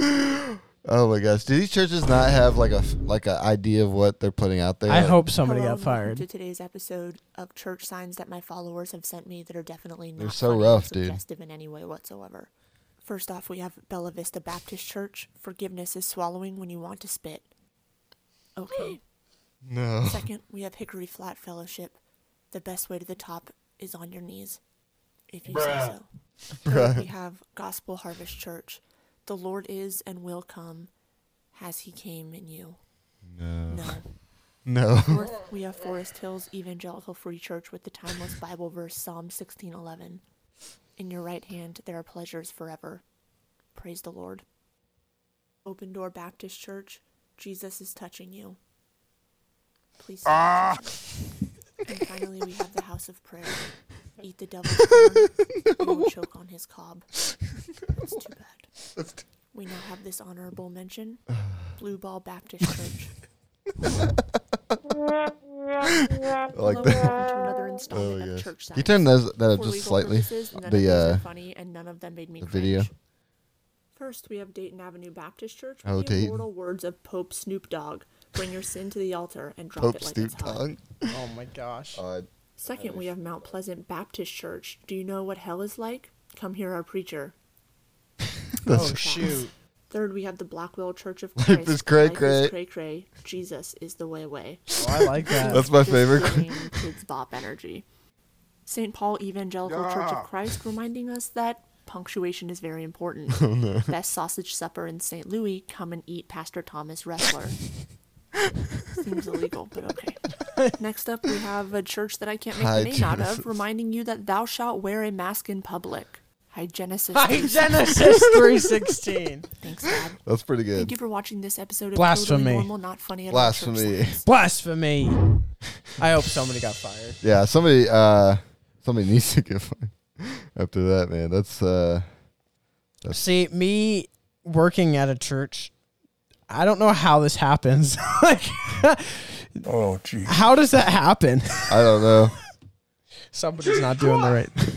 S2: Oh my gosh. Do these churches not have like a like an idea of what they're putting out there?
S3: I
S2: Like-
S3: hope somebody
S12: Hello
S3: got
S12: and welcome To
S3: fired.
S12: today's episode of church signs that my followers have sent me that are definitely not
S2: They're so
S12: funny or
S2: rough, dude.
S12: suggestive in any way whatsoever. First off, we have Bella Vista Baptist Church. Forgiveness is swallowing when you want to spit. Okay.
S2: [GASPS] No.
S12: Second, we have Hickory Flat Fellowship. The best way to the top is on your knees, if you
S2: [LAUGHS]
S12: say
S2: Bruh.
S12: so. Third,
S2: Bruh.
S12: we have Gospel Harvest Church. The Lord is and will come, has He came in you.
S2: No.
S12: No.
S2: [LAUGHS] No.
S12: Fourth, we have Forest Hills Evangelical Free Church with the timeless Bible verse Psalm 16:11. In your right hand there are pleasures forever. Praise the Lord. Open Door Baptist Church, Jesus is touching you. Please. stop
S2: Ah.
S12: touching me.
S2: [LAUGHS]
S12: And finally, we have the House of Prayer. Eat the devil's corn, you will choke on his cob. That's
S2: [LAUGHS]
S12: too bad. We now have this
S2: [SIGHS]
S12: honorable mention,
S2: Ah.
S12: Blue Ball Baptist
S2: [LAUGHS]
S12: Church.
S2: I like that.
S12: Hello, welcome to another installment
S2: Oh my
S12: of
S2: gosh.
S12: Church
S2: Can you turn
S12: Science.
S2: those that up
S12: For
S2: just
S12: legal
S2: slightly?
S12: purposes, none of these
S2: The
S12: are
S2: uh
S12: funny, and none of them made me
S2: the
S12: cringe.
S2: video.
S12: First, we have Dayton Avenue Baptist Church
S2: Oh,
S12: with the
S2: Dayton.
S12: immortal words of Pope Snoop Dogg: "Bring your sin to the altar and drop
S2: Pope
S12: it like
S2: Snoop
S12: it's hot."
S2: Dogg.
S3: Oh my gosh.
S2: Uh,
S12: Second, we have Mount Pleasant Baptist Church. Do you know what hell is like? Come hear
S2: [LAUGHS]
S12: our preacher.
S3: Oh,
S2: That's-
S12: shoot. Third, we have the Blackwell Church of
S2: [LAUGHS] Life
S12: Christ.
S2: is cray cray.
S12: cray cray. Jesus is the way way.
S3: Oh, I like that.
S2: That's my
S12: Just
S2: favorite.
S12: giving Kids bop energy. St. Paul Evangelical Church
S2: Yeah.
S12: of Christ reminding us that punctuation is very
S2: [LAUGHS]
S12: important.
S2: Oh, no.
S12: Best sausage supper in St. Louis. Come and eat Pastor
S2: [LAUGHS]
S12: Thomas Wrestler. Seems illegal, but okay. [LAUGHS] Next up, we have a church that I can't make
S2: Hi,
S12: the name out
S2: Genesis.
S12: of, reminding you that thou shalt wear a mask in public. Hi, Genesis.
S3: Hi, Genesis 316.
S12: [LAUGHS] Thanks, God.
S2: That's pretty good.
S12: Thank you for watching this episode of
S3: Blasphemy.
S12: Totally Normal, Not Funny at All Church
S2: Blasphemy.
S3: [LAUGHS]
S12: [LAUGHS]
S3: Blasphemy. I hope somebody got fired.
S2: Yeah, somebody uh somebody [LAUGHS] needs to get fired after that, man. That's uh
S3: See, me working at a church, I don't know how this happens. [LAUGHS] like,
S2: Oh jeez.
S3: how does that happen?
S2: I don't know.
S3: Somebody's not doing the right thing.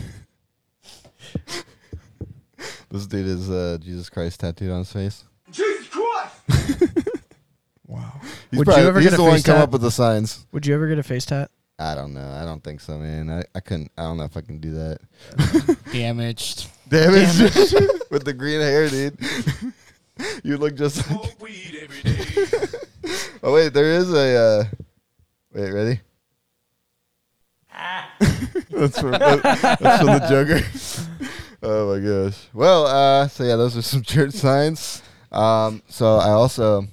S2: This dude is uh Jesus Christ tattooed on his face.
S8: Jesus Christ!
S2: [LAUGHS] He's
S3: Would
S2: probably-
S3: you ever
S2: he's
S3: get a
S2: the one
S3: face
S2: come
S3: tat?
S2: up with the signs.
S3: Would you ever get a face tat?
S2: I don't know. I don't think so, man. I, I couldn't I don't know if I can do that.
S4: Damaged.
S2: Damn it. [LAUGHS] with the green hair, dude. [LAUGHS] you look just like [LAUGHS] Oh wait, there is a uh wait, ready? that's from that's from [LAUGHS] the Joker. oh my gosh. Well, uh so yeah, those are some church signs. Um, so I also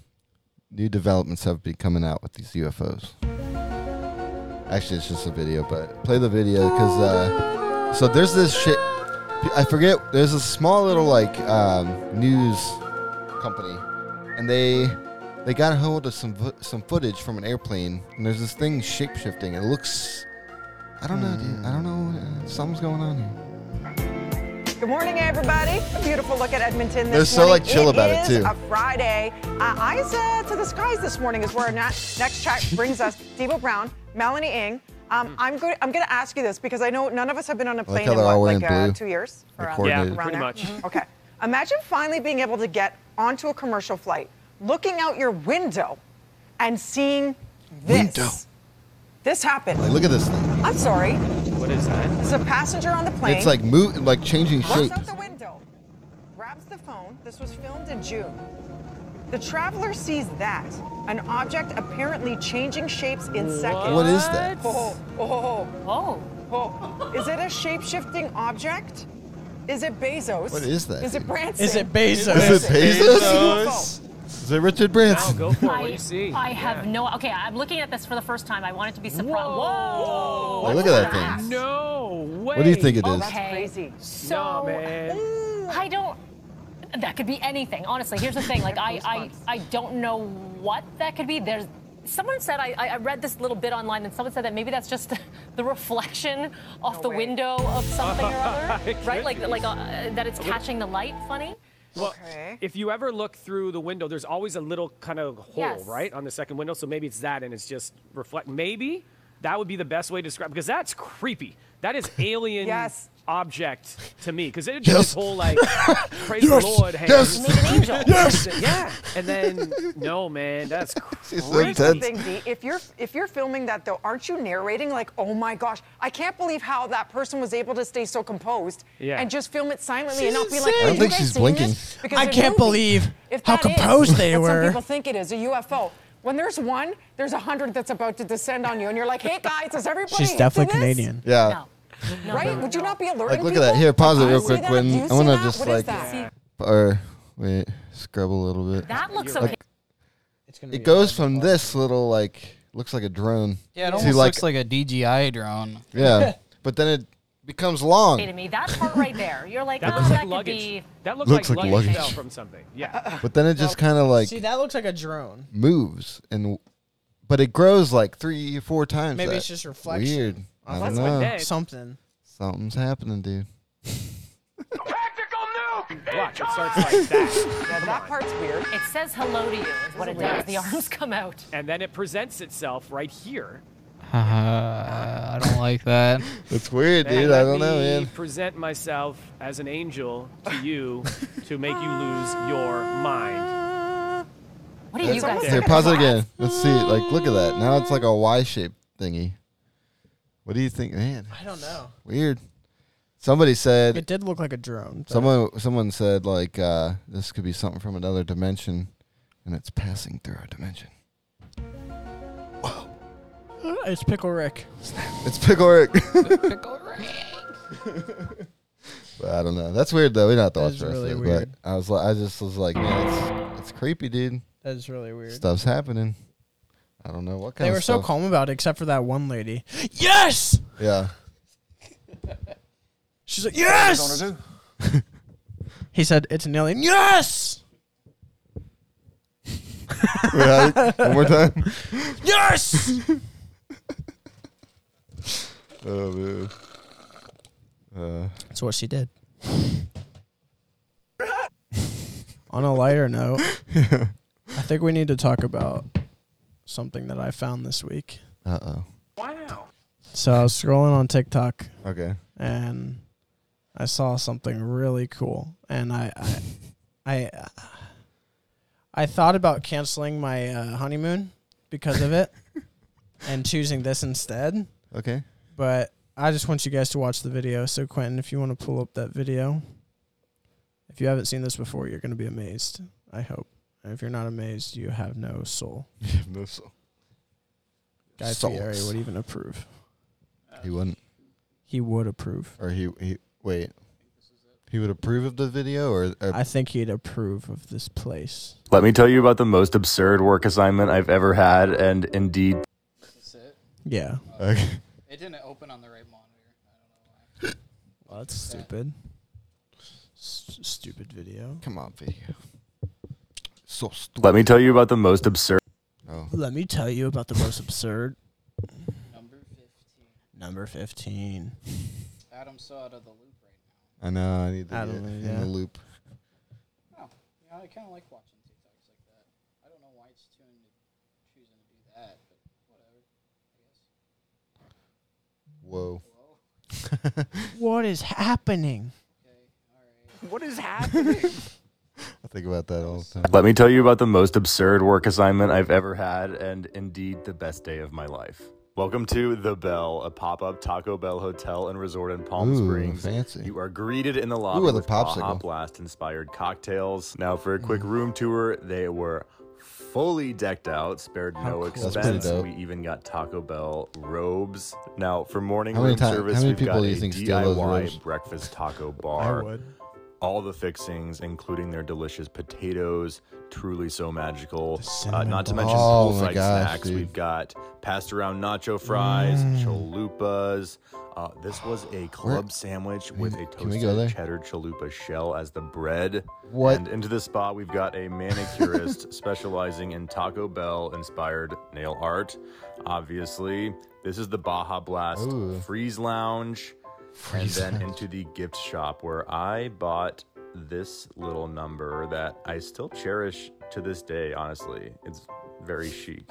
S2: new developments have been coming out with these UFOs. Actually, it's just a video, but play the video because uh, so there's this shit. I forget. There's a small little like um, news company, and they they got a hold of some fo- some footage from an airplane, and there's this thing shape shifting. It looks. I don't know, dude. I don't know. Uh, something's going on here.
S13: Good morning, everybody. A beautiful look at Edmonton this
S2: They're so,
S13: morning.
S2: like, chill about it,
S13: is
S2: too.
S13: a Friday. Uh, eyes uh, to the skies this morning is where our na- next chat
S2: [LAUGHS]
S13: brings us. Devo Brown, Melanie Ng.
S2: Mm.
S13: Um, I'm going. I'm going to ask you this because I know none of us have been on a
S2: like
S13: plane
S2: how
S13: in
S2: they're
S13: what,
S2: all wearing
S13: like uh,
S2: blue.
S13: two years,
S2: They're
S13: around,
S2: coordinated.
S13: around
S2: Pretty
S13: there.
S2: much.
S13: Mhm. [LAUGHS] Okay. Imagine finally being able to get onto a commercial flight, looking out your window, and seeing this.
S2: Window.
S13: This happened.
S2: Like, look at this thing.
S13: I'm sorry.
S2: What is that?
S13: It's a passenger on the plane.
S2: It's like move, like changing shape.
S13: Looks out the window, grabs the phone. This was filmed in June. The traveler sees that an object apparently changing shapes in seconds.
S2: What is that?
S13: Oh, oh, oh, oh. Is it a shape-shifting object? Is it Bezos?
S2: What is that,
S13: Is it
S2: dude?
S13: Branson?
S3: Is it Bezos?
S2: Is it
S13: Bezos?
S2: Bezos? Is it Richard Branson?
S14: No, go for it. What do you see? I have no. Okay, I'm looking at this for the first time. I wanted to be surprised. Whoa!
S2: Hey, look at that thing.
S14: No way.
S2: What do you think it is?
S14: okay.
S13: crazy.
S14: So I don't. That could be anything. Honestly, here's the thing. Like I, I, I don't know what that could be. There's. Someone said I, I I read this little bit online, and someone said that maybe that's just the reflection off the window of something or other,
S15: It
S14: right?
S15: could
S14: Like
S15: be.
S14: like uh, that it's catching the light. Funny.
S15: Well, if you ever look through the window, there's always a little kind of hole,
S14: Yes.
S15: right, on the second window. So maybe it's that, and it's just reflect. Maybe that would be the best way to describe because that's creepy. That is alien object to me because it just this
S2: [LAUGHS]
S15: whole like praise
S2: Yes.
S15: the Lord, hand.
S2: Yes. Made an angel. Yes.
S15: yeah, and then no
S2: [LAUGHS]
S15: man, that's crazy.
S2: so
S13: Here's the
S2: intense.
S13: thing, Dee. If you're if you're filming that though, aren't you narrating like, oh my gosh, I can't believe how that person was able to stay so composed
S3: Yeah.
S13: and just film it silently and
S3: She's
S13: not be like,
S3: insane. I don't
S13: "Have
S3: think
S13: you guys
S3: she's
S13: seen
S3: blinking.
S13: this?"
S3: I
S13: they're
S3: can't believe
S13: If
S3: how
S13: that is
S3: composed they
S13: what
S3: were.
S13: Some people think it is a UFO. When there's one, there's a hundred that's about to descend on you, and you're like, hey guys, is everybody?
S3: She's
S13: into
S3: definitely
S13: this?
S3: Canadian.
S2: Yeah.
S13: right? Would you not be alerting
S2: Like, look at
S13: people?
S2: that. Here, pause it
S13: Like,
S2: real
S13: see
S2: quick.
S13: that? Do you
S2: When I
S13: see
S2: want to
S13: that?
S2: just
S13: What is
S2: like,
S13: that?
S2: or wait, scrub a little bit.
S14: That looks
S2: Like,
S14: okay.
S2: It goes from this little like looks like a drone.
S4: Yeah, it
S2: to,
S4: almost looks like a DJI drone. [LAUGHS]
S2: yeah, [LAUGHS] but then it becomes
S14: Hey,
S2: long.
S14: to me, that part right there. You're like,
S2: That
S14: oh,
S2: looks
S14: that
S2: like
S14: could
S15: luggage.
S14: be.
S15: That
S2: looks Looks like like luggage luggage.
S15: fell from something. Yeah.
S2: But then it just kind of like
S3: See, that looks like a drone.
S2: moves and, but it grows like three, four times.
S3: Maybe
S2: that.
S3: it's just reflection.
S2: Weird.
S3: Oh,
S2: I don't
S3: that's
S2: know.
S3: what they- Something.
S2: Something's happening, dude.
S15: Watch, it starts like that.
S13: [LAUGHS] Yeah, that part's weird.
S14: It says hello to you. Is [LAUGHS] what it does. The arms come out.
S15: And then it presents itself right here.
S4: I don't like that.
S2: It's weird,
S15: And
S2: dude.
S15: let
S2: I don't know,
S15: me
S2: man.
S15: present myself as an angel
S2: [LAUGHS]
S15: to you to make you lose your mind.
S14: What
S15: do you guys
S2: Here, pause it again. Let's see it. Like, look at that. Now it's like a Y-shaped thingy. What do you think, man?
S3: I don't know.
S2: Weird. Somebody said
S3: It did look like a drone. but-
S2: someone someone said like uh, this could be something from another dimension, and it's passing through our dimension.
S3: Uh, [LAUGHS] it's Pickle Rick.
S2: It's Pickle Rick.
S3: Pickle Rick.
S2: But I don't know. That's weird though. We don't have to
S3: That
S2: watch
S3: is
S2: the rest
S3: really
S2: of it.
S3: weird.
S2: But I was like, I just was like, man, it's, it's creepy, dude.
S3: That is really weird.
S2: Stuff's happening. I don't know what kind
S3: they
S2: of
S3: were so
S2: stuff.
S3: calm about it, except for that one lady. [LAUGHS]
S2: [LAUGHS]
S3: Yes.
S2: Yeah.
S3: She's like, yes. he said, "It's an alien." Yes.
S2: Wait, I- one more time.
S3: Yes. [LAUGHS]
S2: Oh man. Uh,
S3: That's what she did. On a
S2: [LAUGHS]
S3: lighter note, I think we need to talk about something that I found this week.
S2: uh oh.
S3: So I was scrolling on TikTok.
S2: Okay.
S3: And I saw something really cool, and I, I, I, I thought about canceling my uh, honeymoon because
S2: [LAUGHS]
S3: of it, and choosing this instead.
S2: Okay.
S3: But I just want you guys to watch the video. So Quentin, if you want to pull up that video, if you haven't seen this before, you're going to be amazed. I hope. And if you're not amazed, you have no soul.
S2: no soul.
S3: Guy
S2: Souls.
S3: Fieri would even approve.
S2: He wouldn't.
S3: He would approve.
S2: Or he he wait. He would approve of the video, or
S3: I think he'd approve of this place.
S16: Let me tell you about the most absurd work assignment I've ever had, and indeed.
S3: Yeah.
S2: Okay.
S4: It didn't open on the right monitor.
S3: Well, that's stupid. S- stupid video.
S2: Come on, video. So stupid.
S16: Let me tell you about the most absurd.
S2: Oh,
S3: Let me tell you about the most absurd. Number 15.
S4: Adam saw out of the loop.
S2: I know. I need to
S3: I
S2: get
S3: don't know,
S2: in
S3: yeah.
S2: the loop.
S4: Oh, you know, I kind of like watching TikToks like that. I don't know why it's tuned to choosing to do that, but whatever.
S2: Whoa.
S3: What is happening?
S15: What is happening?
S4: [LAUGHS]
S2: I think about that all the time.
S16: Let me tell you about the most absurd work assignment I've ever had, and indeed the best day of my life. Welcome to The Bell, a pop up Taco Bell hotel and resort in Palm
S2: Ooh,
S16: Springs.
S2: fancy.
S16: You are greeted in the lobby
S2: with a
S16: with Baja
S2: popsicle.
S16: Blast inspired cocktails. Now, for a quick
S2: Mm.
S16: room tour, they were fully decked out, spared
S2: How
S16: no
S2: cool. That's pretty
S16: expense.
S2: dope.
S16: We even got Taco Bell robes. Now, for morning
S2: How many
S16: room
S2: ti- how
S16: service,
S2: many
S16: we've
S2: people
S16: got
S2: do you
S16: a
S2: think steal those robes?
S16: DIY breakfast taco bar.
S2: would.
S16: All the fixings, including their delicious potatoes, truly so magical. Uh,
S2: cinnamon
S16: not to
S2: bun.
S16: mention
S2: Oh
S16: full
S2: my
S16: size
S2: gosh,
S16: snacks.
S2: dude.
S16: We've got passed around nacho fries,
S2: Mm.
S16: chalupas. Uh, this was a club sandwich with a
S2: can we go
S16: toasted
S2: there?
S16: cheddar chalupa shell as the bread.
S2: What?
S16: And into the spot, we've got a manicurist [LAUGHS] specializing in Taco Bell inspired nail art. Obviously, this is the Baja Blast
S2: Ooh.
S16: Freeze Lounge.
S2: Freeze
S16: and then
S2: Lounge.
S16: into the gift shop where I bought this little number that I still cherish to this day, honestly. It's very chic.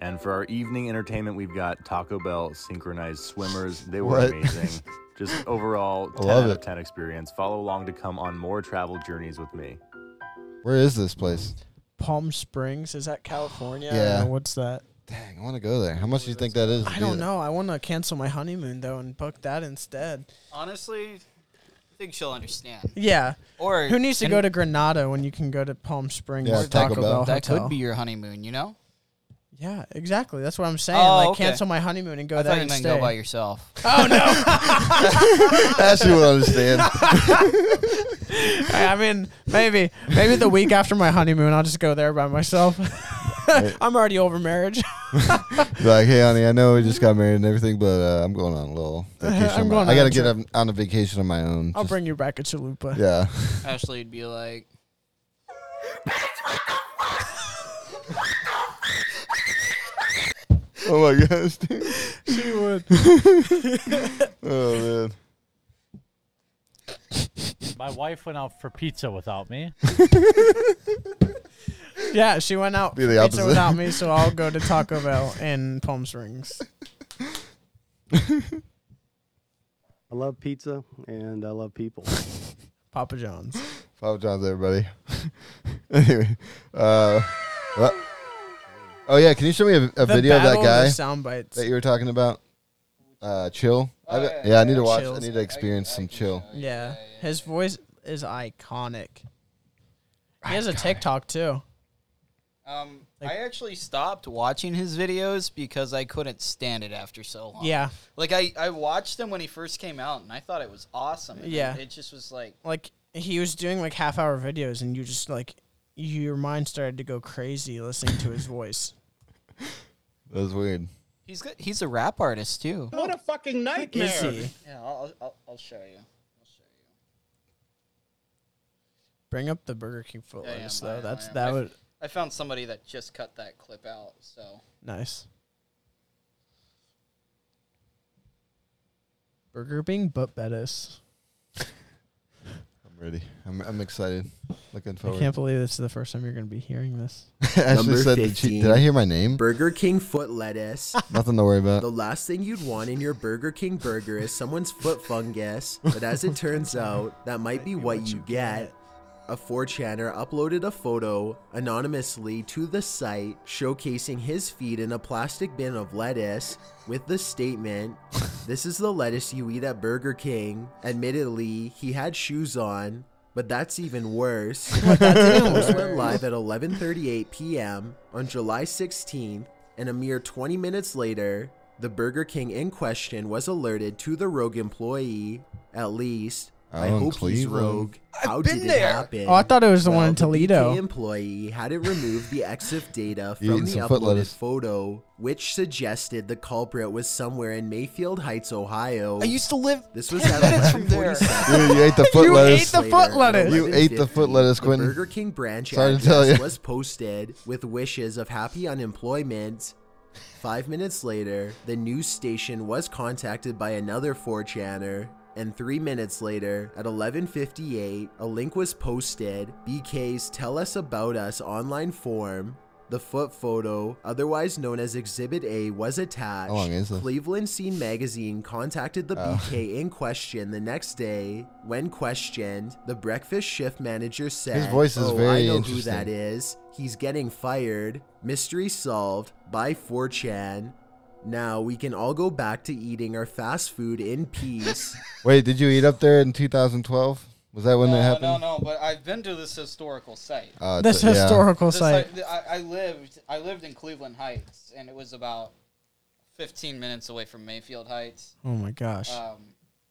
S16: And for our evening entertainment, we've got Taco Bell synchronized swimmers. They were
S2: What?
S16: amazing. Just overall,
S2: I
S16: 10
S2: love
S16: out of
S2: it.
S16: 10 experience. Follow along to come on more travel journeys with
S2: [LAUGHS]
S16: me.
S2: Where is this place?
S3: Palm Springs? Is that California?
S2: Yeah.
S3: Or What's that?
S2: Dang, I want to go there. How much do you think that is? to
S3: I
S2: do
S3: don't
S2: that?
S3: know. I want to cancel my honeymoon, though, and book that instead.
S4: Honestly, I think she'll understand.
S3: Yeah.
S4: Or
S3: who needs to
S4: and
S3: go to Granada when you can go to Palm Springs
S2: Yeah,
S3: or
S2: Taco
S3: Taco,
S2: Bell.
S3: Bell?
S4: That
S3: Hotel?
S4: could be your honeymoon, you know?
S3: Yeah, exactly. That's what I'm saying.
S4: Oh,
S3: like
S4: okay.
S3: cancel my honeymoon and go
S4: I
S3: there
S4: thought you
S3: and
S4: meant
S3: stay.
S4: go by yourself.
S3: [LAUGHS] Oh
S2: [LAUGHS]
S3: no.
S2: Ashley would understand.
S3: [LAUGHS] I mean, maybe maybe the week after my honeymoon, I'll just go there
S2: [LAUGHS]
S3: by myself. I'm already over marriage. [LAUGHS]
S2: Be like, hey, honey, I know we just got married and everything, but uh, I'm going on a little vacation.
S3: [LAUGHS] I'm
S2: of my-
S3: going
S2: I
S3: on
S2: got to
S3: a
S2: get
S3: trip. Oh.
S2: on- on a vacation of my own.
S3: I'll
S2: Just-
S3: bring you back a chalupa.
S2: Yeah.
S4: Ashley would be like,
S2: oh my gosh, dude.
S3: She [LAUGHS] would.
S2: [LAUGHS]
S3: [LAUGHS]
S2: oh man.
S17: My wife went out for pizza without me.
S3: Yeah, she went out
S17: Be
S3: for
S17: the
S3: pizza
S17: opposite.
S3: without me, so I'll go to Taco Bell in
S2: [LAUGHS]
S3: Palm Springs.
S18: I love pizza and I love people.
S3: [LAUGHS] Papa [LAUGHS] John's.
S4: Oh,
S2: Papa John's, everybody. [LAUGHS] anyway, uh, what? oh yeah, can you show me a, a
S3: The
S2: video of
S3: battle
S2: that
S3: of
S2: guy
S3: the sound bites.
S2: that you were talking about? Uh, chill. I, yeah, I need to watch. I need to experience some chill.
S3: Yeah, his voice is iconic. He has a TikTok too.
S4: um, I actually stopped watching his videos because I couldn't stand it after so long.
S3: Yeah.
S4: Like, I, I watched him when he first came out and I thought it was awesome. and
S3: Yeah.
S4: It just was like,
S3: Like he was doing like half hour videos, and you just like your mind started to go crazy listening to his voice.
S2: That was weird.
S4: he's good. He's a rap artist, [LAUGHS] too.
S9: What a fucking nightmare.
S4: Yeah, I'll, I'll, I'll show you.
S3: Bring up the Burger King foot
S4: Yeah, yeah,
S3: lettuce
S4: I
S3: though.
S4: am,
S3: That's
S4: I am.
S3: that
S4: I-
S3: would
S4: I found somebody that just cut that clip out, so
S3: nice. Burger Bing but Bettis.
S2: I'm ready. I'm, I'm excited. Looking
S3: I
S2: forward.
S3: can't believe this is the first time you're going to be hearing
S18: [LAUGHS]
S3: this.
S2: Ashley
S11: Number
S2: said, that she-
S11: 15.
S2: "Did I hear my name?"
S11: Burger King foot lettuce.
S2: [LAUGHS] Nothing to worry
S11: The
S2: about.
S11: last thing you'd want in your Burger King burger is someone's foot fungus, but as it turns out, that might be what you get. A 4chaner uploaded a photo anonymously to the site showcasing his feet in a plastic bin of lettuce with the statement, This is the lettuce you eat at Burger King. Admittedly, he had shoes on, but that's even
S3: [LAUGHS]
S11: worse.
S3: that's even
S11: Post went
S3: worse.
S11: live at 11:38 p.m. on July 16th, and a mere 20 minutes later, the Burger King in question was alerted to the rogue employee, at least, I
S2: Oh, in
S11: hope he's
S2: Cleveland.
S11: rogue. How
S3: been
S11: did it
S3: there.
S11: happen?
S3: Oh, I thought it was the one in
S11: Well, BK
S3: Toledo.
S11: employee had it remove the EXIF data
S2: [LAUGHS] You
S11: from
S2: eating
S11: the
S2: some foot
S11: uploaded
S2: lettuce.
S11: photo, which suggested the culprit was somewhere in Mayfield Heights, Ohio.
S3: I used to live
S11: This was
S3: 10
S11: at
S3: minutes from
S11: 11:47
S2: You- you
S3: [LAUGHS]
S2: ate the foot
S11: You
S2: lettuce.
S11: ate the foot lettuce.
S2: You ate the foot lettuce,
S11: The
S2: Quentin.
S11: Burger King branch
S2: Sorry to tell
S11: address
S2: you.
S11: was posted with wishes of happy unemployment. Five minutes later, the news station was contacted by another 4chaner, and three minutes later, at 11:58, a link was posted. BK's "Tell Us About Us" online form. The foot photo, otherwise known as Exhibit A, was attached.
S2: long is this?
S11: Cleveland Scene Magazine contacted the
S2: Oh.
S11: BK in question the next day. When questioned, the breakfast shift manager said,
S2: voice is
S11: oh,
S2: very
S11: I know who
S2: interesting.
S11: that is. He's getting fired. Mystery solved by 4chan. Now we can all go back to eating our fast food in peace.
S2: Wait, did you eat up there in 2012? Was that when
S4: no,
S2: that happened?
S4: No, no, but I've been to this historical site.
S2: Uh,
S3: This
S2: th- yeah.
S3: historical
S4: This
S3: site.
S4: site- I, I lived. I lived in Cleveland Heights, and it was about 15 minutes away from Mayfield Heights.
S3: Oh my gosh.
S4: Um,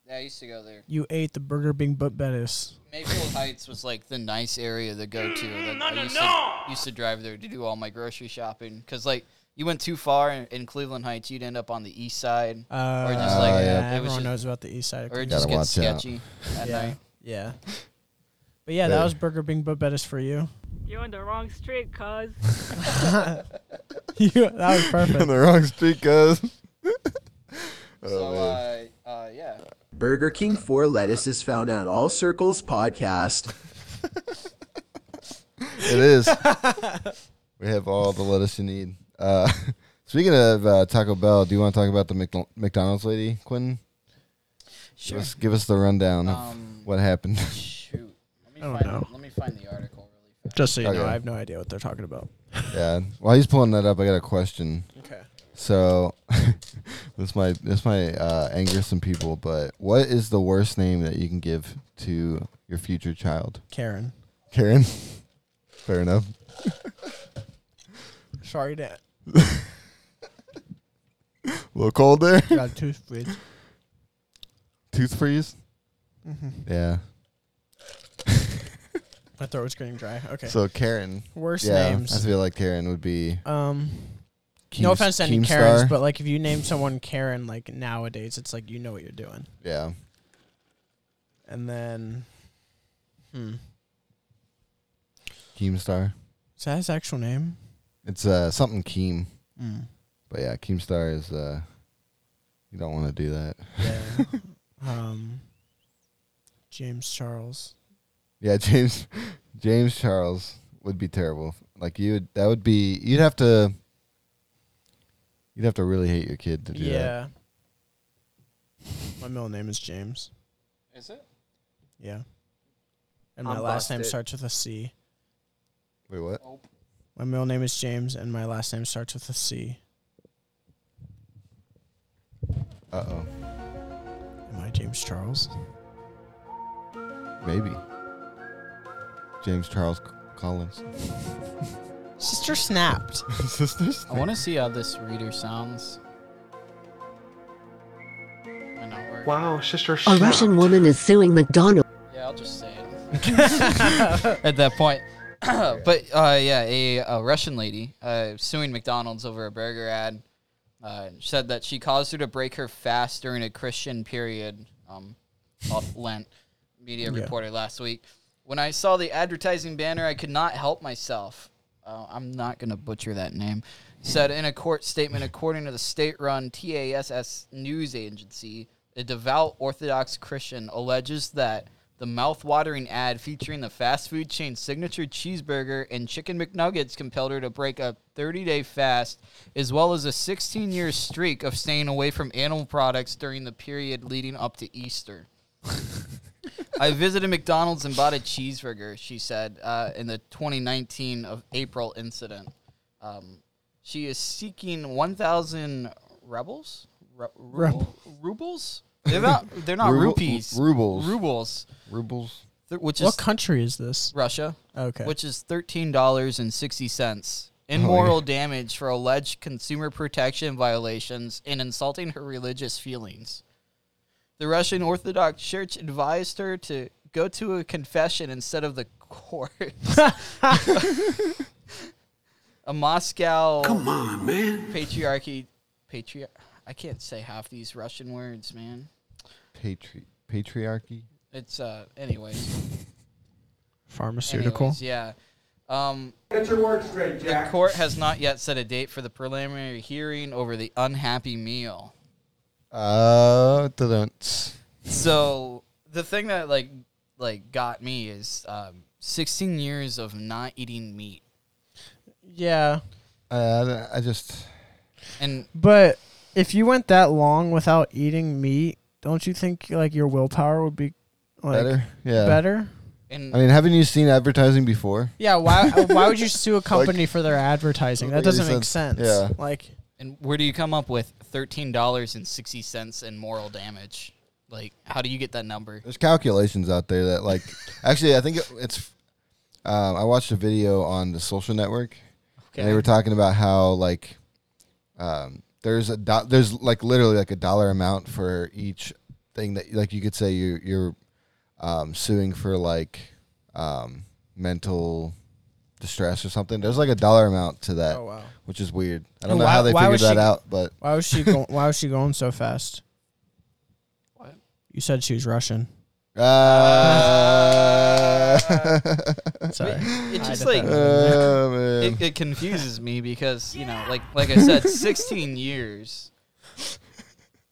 S4: yeah, I used to go there.
S3: You ate the burger being but lettuce.
S4: Mayfield Heights was like the nice area to go to. Like, I used, to, used to drive there to do all my grocery shopping because like you went too far in, in Cleveland Heights, you'd end up on the east side
S3: Uh,
S4: or just like
S2: Oh, yeah.
S4: it was
S3: Everyone
S4: just-
S3: knows about the east side. of
S4: or it
S3: Cleveland.
S4: just
S2: Gotta
S4: gets
S2: watch out.
S4: sketchy at
S3: yeah.
S4: night.
S3: Yeah. But yeah, that
S2: Yeah.
S3: was Burger Bing But Bettis for you.
S1: You're on the wrong street, cuz.
S2: [LAUGHS]
S3: you that was perfect.
S2: You're on the [LAUGHS] wrong street,
S4: [LAUGHS]
S2: cuz. Oh,
S4: So
S2: man.
S4: uh, uh, yeah,
S11: Burger King 4 lettuce is found on All Circles podcast.
S2: [LAUGHS] it is. [LAUGHS] we have all the lettuce you need. Uh, [LAUGHS] speaking of uh, Taco Bell, do you want to talk about the McDo- McDonald's lady, Quentin?
S4: Sure.
S2: Give us, give us the rundown of
S4: Um,
S2: what happened. [LAUGHS]
S4: shoot. Let me
S3: I don't
S4: find
S3: know.
S4: let me find the article really fast.
S3: Just so you know,
S2: Okay.
S3: I have no idea what they're talking about.
S2: yeah. While he's pulling that up, I got a question.
S3: Okay.
S2: So [LAUGHS] this might this might uh, anger some people, but what is the worst name that you can give to your future child?
S3: Karen.
S2: Karen. [LAUGHS] Fair enough.
S3: Sorry, Dad.
S2: A little cold there.
S3: Got tooth bridge.
S2: [LAUGHS] Tooth freeze.
S3: Mhm.
S2: Yeah.
S3: My throat was getting dry. Okay.
S2: So Karen.
S3: Worst
S2: yeah,
S3: names.
S2: I feel like Karen would be.
S3: um,
S2: Keem-
S3: no offense to any
S2: Keemstar.
S3: Karens, but like if you name someone Karen, like nowadays, it's like you know what you're doing.
S2: yeah,
S3: And then, hmm,
S2: Keemstar.
S3: is that his actual name?
S2: It's uh something Keem,
S3: Mm.
S2: but yeah, Keemstar is. uh You don't want to do that.
S3: Yeah. um, James Charles.
S2: [LAUGHS] Yeah, James James Charles would be terrible. Like you would that would be you'd have to you'd have to really hate your kid to do that.
S3: Yeah. My middle name is James.
S4: Is it?
S3: Yeah. And my
S11: I'm
S3: last name
S11: busted.
S3: starts with a C.
S2: Wait, what?
S4: Oh,
S3: My middle name is James, and my last name starts with a C.
S2: Uh
S3: Am I James Charles?
S2: oh. Maybe. James Charles C- Collins.
S3: Sister snapped.
S2: Sisters?
S4: I want to see how this reader sounds. I know, we're-
S9: Wow, sister.
S12: Oh,
S19: A Russian woman is suing McDonald's.
S4: Yeah, I'll just say it. At that point. [COUGHS] but uh, yeah, a, a Russian lady uh, suing McDonald's over a burger ad uh, said that she caused her to break her fast during a Christian period um, off Lent, media
S3: Yeah.
S4: reported last week. When I saw the advertising banner, I could not help myself. Uh, I'm not going to butcher that name. Said in a court statement, according to the state run TASS news agency, a devout Orthodox Christian alleges that the mouth-watering ad featuring the fast food chain's signature cheeseburger and chicken McNuggets compelled her to break a 30-day fast, as well as a 16-year streak of staying away from animal products during the period leading up to Easter. [LAUGHS] I visited McDonald's and bought a cheeseburger, she said, uh, in the 2019 of April incident. Um, she is seeking 1,000 rebels? Re- ruble- Rubles? They're not, they're not
S2: Ruble-
S4: rupees.
S2: rubles.
S4: Rubles.
S2: Rubles.
S4: Th- which is
S3: what country is this?
S4: Russia.
S3: Okay. Oh,
S4: Which is $13.60.
S3: yeah.
S4: Immoral damage for alleged consumer protection violations and insulting her religious feelings. The Russian Orthodox Church advised her to go to a confession instead of the
S3: [LAUGHS]
S4: court. a Moscow
S9: Come on, man.
S4: patriarchy patriarch I can't say half these Russian words, man.
S2: Patri- patriarchy.
S4: It's uh anyways.
S3: Pharmaceutical.
S4: Anyways, yeah. Um,
S9: Get your words straight,
S4: The
S9: Jack.
S4: court has not yet set a date for the preliminary hearing over the unhappy meal.
S2: Uh, don't.
S4: So the thing that like like got me is um, 16 years of not eating meat.
S3: Yeah.
S2: Uh, I I just.
S4: And
S3: But if you went that long without eating meat, don't you think like your willpower would be like,
S2: Better? Yeah.
S3: Better.
S2: I mean, haven't you seen advertising before?
S3: Yeah. Why? why [LAUGHS] would you sue a
S2: Like-
S3: company for their advertising? That
S2: Like,
S3: doesn't
S2: it's
S3: make
S2: a-
S3: sense.
S2: yeah.
S3: Like
S4: And where do you come up with thirteen dollars and sixty cents in moral damage? Like, how do you get that number?
S2: There's calculations out there that
S3: [LAUGHS]
S2: like actually I think it, it's um, I watched a video on the social network and they
S4: Okay.
S2: were talking about how like um, there's a do- there's like literally like a dollar amount for each thing that like you could say you you're um, suing for like um, mental distress or something. There's like a dollar amount to that.
S3: Oh, wow.
S2: Which is weird. I don't
S3: And
S2: know
S3: why-
S2: how they
S3: why
S2: figured
S3: was
S2: that
S3: she-
S2: out, but
S3: why was she going? Why was she going so fast? What? You said she was Russian.
S2: Uh,
S3: [LAUGHS] Sorry.
S4: It
S3: I
S4: just
S3: defended
S4: like
S2: Oh,
S4: [LAUGHS]
S2: man.
S4: it, it confuses me because you know, like like I
S2: [LAUGHS]
S4: said, sixteen years,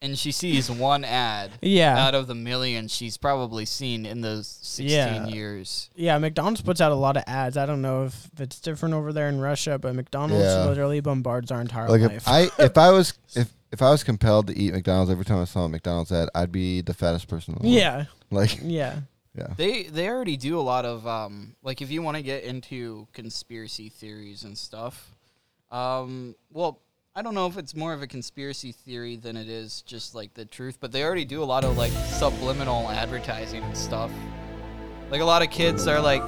S4: and she sees one ad,
S3: Yeah.
S4: out of the million she's probably seen in those sixteen
S3: Yeah.
S4: years.
S3: Yeah, McDonald's puts out a lot of ads. I don't know if it's different over there in Russia, but McDonald's
S2: Yeah.
S3: literally bombards our entire
S2: like
S3: life.
S2: if I
S3: [LAUGHS]
S2: if I was if if I was compelled to eat McDonald's every time I saw a McDonald's ad, I'd be the fattest person. in the world.
S3: Yeah.
S2: Like
S3: Yeah.
S2: [LAUGHS] Yeah.
S4: They they already do a lot of um like if you want to get into conspiracy theories and stuff. Um well, I don't know if it's more of a conspiracy theory than it is just like the truth, but they already do a lot of like subliminal advertising and stuff. Like a lot of kids are like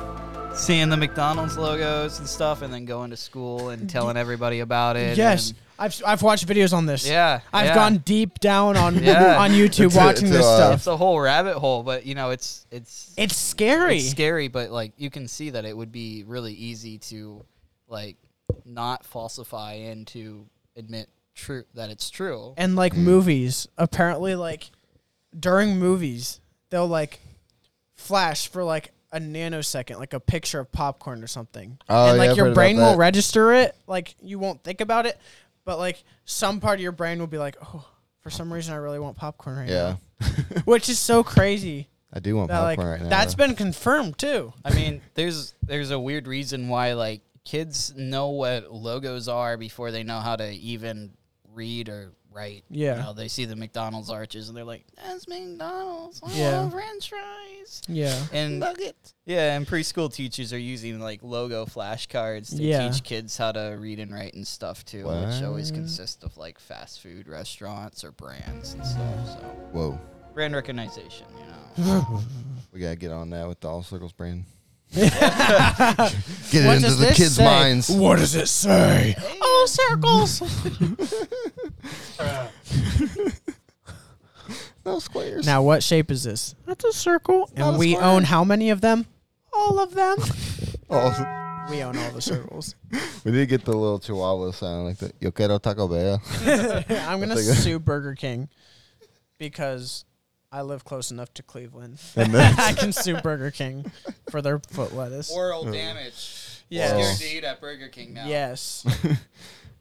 S4: seeing the McDonald's logos and stuff and then going to school and telling everybody about it.
S3: Yes,
S4: and-
S3: I've I've watched videos on this.
S4: Yeah,
S3: I've
S4: yeah.
S3: gone deep down on
S4: [LAUGHS] Yeah.
S3: [LAUGHS] on
S2: [LAUGHS]
S3: YouTube
S4: It's a-
S3: watching
S4: it's
S3: this
S4: a, uh,
S3: stuff.
S4: It's a whole rabbit hole, but you know, it's it's
S3: It's scary.
S4: It's scary, but like you can see that it would be really easy to like not falsify and to admit true that it's true.
S3: and
S2: Mm.
S3: like movies apparently like during movies they'll like flash for like a nanosecond like a picture of popcorn or something
S2: Oh,
S3: and like
S2: yeah, I've heard
S3: your
S2: about
S3: brain won't
S2: that.
S3: register it like you won't think about it but like some part of your brain will be like oh for some reason i really want popcorn right
S2: Yeah. [LAUGHS]
S3: now which is so crazy
S2: I do want
S3: that, like,
S2: popcorn right now,
S3: that's
S2: though.
S3: been confirmed too
S4: I mean, there's there's a weird reason why like kids know what logos are before they know how to even read or write.
S3: Yeah.
S4: You know, they see the McDonald's arches and they're like, That's McDonald's. I
S3: Yeah.
S4: love French fries.
S3: Yeah.
S4: And yeah, and preschool teachers are using like logo flashcards to
S3: Yeah.
S4: teach kids how to read and write and stuff too, which always
S3: Wow.
S4: consists of like fast food restaurants or brands and stuff. So
S2: Whoa.
S4: brand recognition, you know.
S2: we gotta get on that with the all circles
S3: [LAUGHS]
S2: brain. get [LAUGHS] it
S3: What
S2: into
S3: does
S2: the
S3: this
S2: kids'
S3: say?
S2: minds.
S3: What does it say? all circles
S2: [LAUGHS] no squares
S3: now what shape is this that's a circle
S2: not
S3: and
S2: a
S3: we
S2: square.
S3: own how many of them all
S2: [LAUGHS]
S3: of them
S2: Oh,
S3: we [LAUGHS] own all the circles
S2: we did get the little chihuahua sound like the Yo quiero Taco
S3: [LAUGHS]
S2: Bell. [LAUGHS]
S3: I'm gonna
S2: That's like a-
S3: sue Burger King because I live close enough to Cleveland.
S2: [LAUGHS] And then-
S3: I can sue Burger King for their foot lettuce.
S2: Oh.
S4: Oral damage. Scared
S3: Yes.
S4: to eat at Burger King now.
S3: Yes.
S2: [LAUGHS]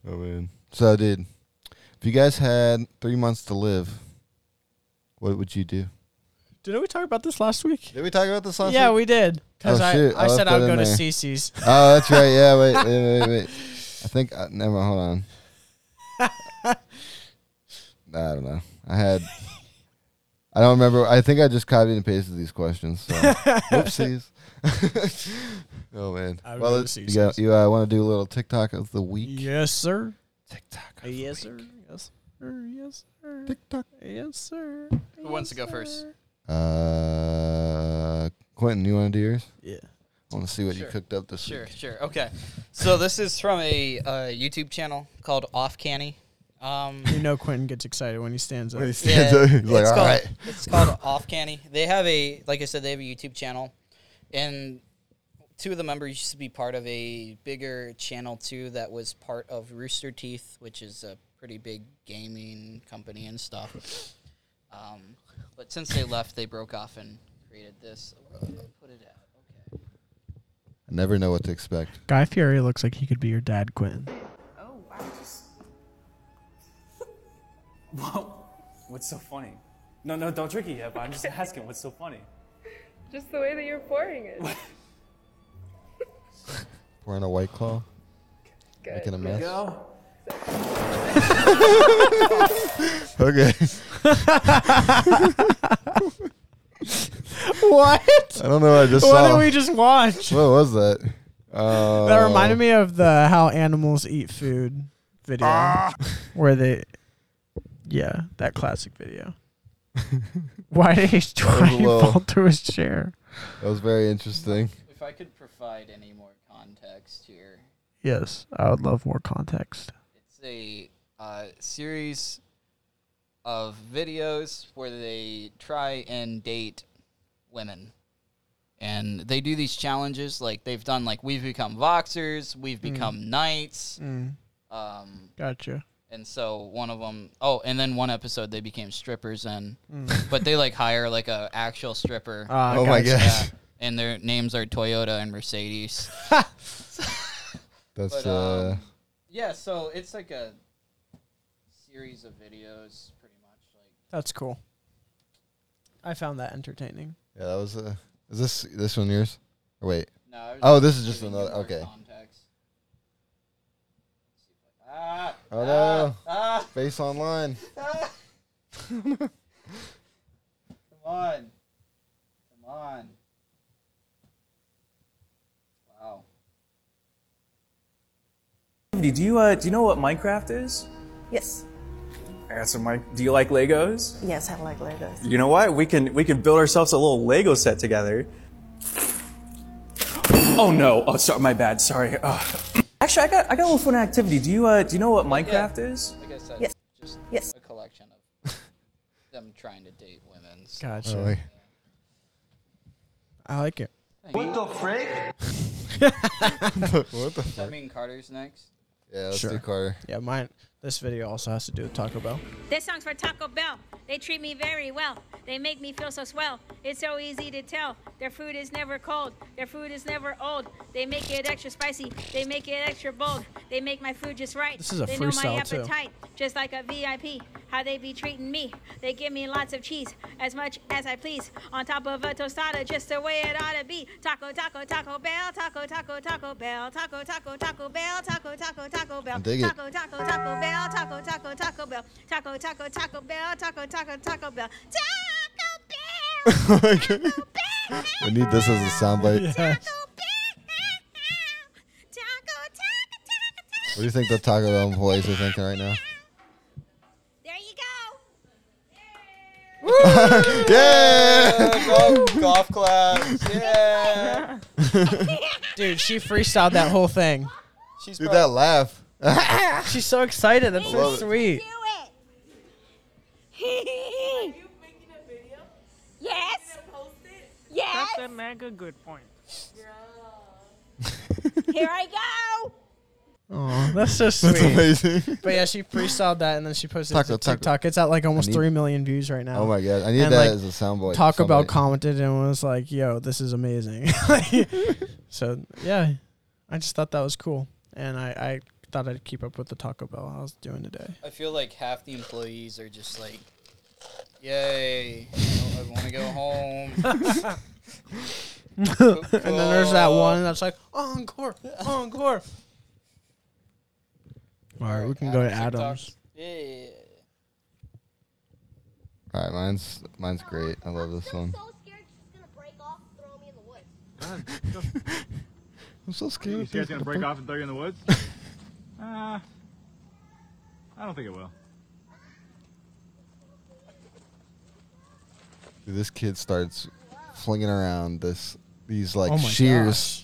S2: Oh man. So dude, if you guys had three months to live, what would you do?
S3: Didn't we talk about this last week?
S2: Did we talk about this last
S3: yeah,
S2: week?
S3: we did. Because
S2: Oh,
S3: I,
S2: shoot,
S3: I,
S2: I
S3: said
S2: left
S3: I would
S2: that
S3: go
S2: in
S3: to
S2: there.
S3: Cece's.
S2: [LAUGHS] Oh, that's right. Yeah, wait, wait, wait, wait. I think uh, never. mind, Hold on.
S3: [LAUGHS]
S2: I don't know. I had. I don't remember. I think I just copied and pasted these questions.
S3: [LAUGHS]
S2: So. Whoopsies. [LAUGHS] oh man.
S3: I would
S2: well,
S3: go to
S2: it's- you, got,
S3: Cece's.
S2: you uh, want to do a little TikTok of the week?
S3: Yes, sir. Uh,
S2: TikTok.
S3: Yes, sir. Yes, sir. Yes, sir.
S2: TikTok. [LAUGHS]
S3: Yes, sir.
S4: Who wants to go first?
S2: Uh, Quentin, you want to do yours?
S3: Yeah.
S2: I want to see what
S4: Sure.
S2: you cooked up this
S4: Sure,
S2: week.
S4: sure. Okay. So this is from a uh, YouTube channel called Off Canny. Um,
S3: you know Quentin gets excited when he stands up.
S2: When he stands up, he's like,
S4: it's
S2: "All
S4: called,
S2: right."
S4: It's called Off Canny. They have a, like I said, they have a YouTube channel, and two of the members used to be part of a bigger channel too that was part of Rooster Teeth, which is a pretty big gaming company and stuff. Um, but since they left, they broke off and created this. Where did I put it at?
S2: I never know what to expect.
S3: Guy Fieri looks like he could be your dad, Quentin.
S20: What's so funny? No, no, don't drink it yet. But I'm just asking, what's so funny?
S7: Just the way that you're pouring it.
S2: We're in a white claw.
S7: Good.
S2: Making a
S7: There
S2: mess.
S7: we
S21: [LAUGHS]
S2: okay.
S3: what?
S2: I don't know. [LAUGHS] What I just
S3: What
S2: saw.
S3: did we just watch?
S2: What was that? Uh,
S3: That reminded me of the how animals eat food video
S2: Ah.
S3: where they yeah, that classic video. [LAUGHS] why did he why
S2: was
S3: did
S2: a
S3: he
S2: little-
S3: fall to his chair?
S2: That was very interesting.
S4: If I could provide any more context here.
S3: Yes, I would love more context.
S4: It's a uh, series of videos where they try and date women. And they do these challenges like they've done like we've become voxers, we've
S3: Mm.
S4: become knights.
S3: Mm.
S4: Um,
S3: Gotcha.
S4: and so one of them, oh, and then one episode they became strippers and
S3: Mm.
S4: [LAUGHS] but they like hire like a actual stripper.
S3: Ah, Oh my gotcha. gosh.
S4: Yeah. And their names are Toyota and
S3: [LAUGHS]
S4: Mercedes.
S2: That's
S4: But, um,
S2: uh,
S4: yeah, so it's like a series of [LAUGHS] videos, pretty much.
S3: That's cool. I found that entertaining.
S2: yeah. That was uh, is this this one yours? Or wait.
S4: No, I was
S2: Oh,
S4: just
S2: this is just
S4: giving you
S2: another.
S4: more
S2: Okay.
S4: Context. Ah,
S2: Oh no.
S4: ah.
S2: Face
S3: [LAUGHS]
S2: online.
S4: ah. Come on. Come on. Wow.
S20: Do you uh, do you know what Minecraft is?
S12: Yes.
S20: I got some Mike. Do you like Legos?
S12: Yes, I like
S10: Uh,
S12: Legos.
S20: You know what? We can we can build ourselves a little Lego set together. Oh no! Oh, sorry, my bad. Sorry. Ugh. Actually, I got I got a little fun activity. Do you uh, do you know what Minecraft is?
S4: Like I said,
S12: Yes.
S4: just
S12: Yes.
S4: a collection of them trying to date women. so-
S3: Gotcha. Oh, yeah. I like it.
S4: What the
S22: frick?
S2: what the
S4: I mean, Carter's next.
S2: Yeah, let's do Carter.
S3: Yeah, mine this video also has to do with Taco Bell.
S23: This song's for Taco Bell. They treat me very well. They make me feel so swell. It's so easy to tell. Their food is never cold. Their food is never old. They make it extra spicy. They make it extra bold. They make my food just right.
S3: This is a
S23: they know my
S3: freestyle, too.
S23: appetite, just like a VIP. How they be treating me. They give me lots of cheese, as much as I please. On top of a tostada, just the way it ought to be. Taco, taco, Taco Bell, taco, taco, Taco Bell, taco, taco, Taco Bell, taco, taco, Taco Bell,
S2: I dig it.
S23: taco, taco, Taco Bell, taco, taco, Taco Bell, taco, taco, Taco Bell, taco, taco, Taco Bell.
S2: [LAUGHS] we need this as a soundbite. What do you think the Taco Bell employees are thinking right now? [LAUGHS] yeah!
S4: golf, golf claps. Yeah.
S3: Dude, she freestyled that whole thing.
S4: She's
S2: Dude, that laugh. [LAUGHS]
S3: She's so excited. That's so
S2: Love it.
S3: sweet.
S23: you
S7: making a video?
S23: Yes. Yes.
S24: That's a mega good point.
S23: Here I go.
S3: Oh, that's so sweet.
S2: That's amazing.
S3: [LAUGHS] But yeah, she freestyled that and then she posted
S2: Taco,
S3: it to
S2: taco.
S3: TikTok. It's at like almost
S2: I need-
S3: three million views right now.
S2: Oh my God, I need that as a soundbite,
S3: Taco Bell
S2: soundbite.
S3: commented and was like, "Yo, this is amazing." [LAUGHS] so yeah,
S21: [LAUGHS]
S3: I just thought that was cool, and I, I thought I'd keep up with the Taco Bell I was doing today. [LAUGHS]
S4: I feel like half the employees are just like, "Yay, I want to go home." [LAUGHS]
S3: and then there's that one that's like, encore, encore. All right, we can go to Adams.
S4: yeah.
S2: All right, mine's mine's great. I love this one.
S3: [LAUGHS]
S2: I'm so scared.
S21: You
S2: of
S21: see
S2: these
S21: it's gonna break
S2: motherfuck-
S21: off and throw you in the
S3: [LAUGHS]
S21: woods? uh, I don't think it will.
S2: Dude, this kid starts flinging around this these like
S21: Oh my
S2: shears.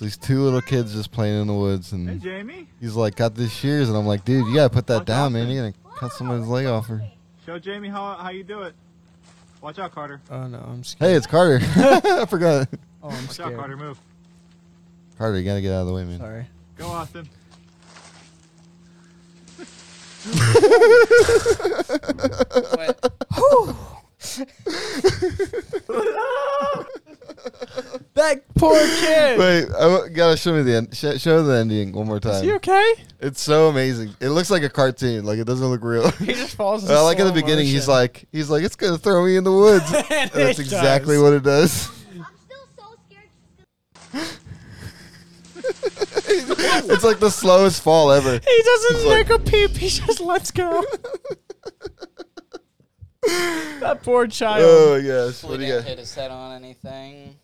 S2: These two little kids just playing in the woods, and
S25: Hey, Jamie.
S2: he's like, "Got these shears," and I'm like, "Dude, you gotta put that down, man. You're gonna cut someone's leg off." Her.
S25: Show Jamie how how you do it. Watch out, Carter.
S3: Oh
S2: [LAUGHS]
S3: no, I'm scared.
S2: Hey, it's Carter. I forgot.
S3: Oh, I'm
S25: Watch
S3: scared.
S25: out, Carter. Move.
S2: Carter, you gotta get out of the way, man.
S3: Sorry.
S25: Go,
S3: [LAUGHS]
S25: Austin.
S3: that poor
S2: [LAUGHS]
S3: kid.
S2: Wait, I w- gotta show me the end. Sh- show the ending one more time.
S3: he okay?
S2: It's so amazing. It looks like a cartoon. Like it doesn't look real.
S3: [LAUGHS] He just falls.
S2: I like in the beginning, he's like, he's like, it's gonna throw me in the
S3: [LAUGHS]
S2: woods.
S3: And
S2: And
S3: it
S2: that's exactly
S3: does.
S2: what it does. [LAUGHS] [LAUGHS] it's like the slowest fall ever.
S3: [LAUGHS] He doesn't
S2: It's like-
S3: make a peep. He just lets go. that poor child.
S2: Oh my gosh!
S26: Hopefully
S2: What do you
S26: didn't
S2: got?
S26: hit his head on anything.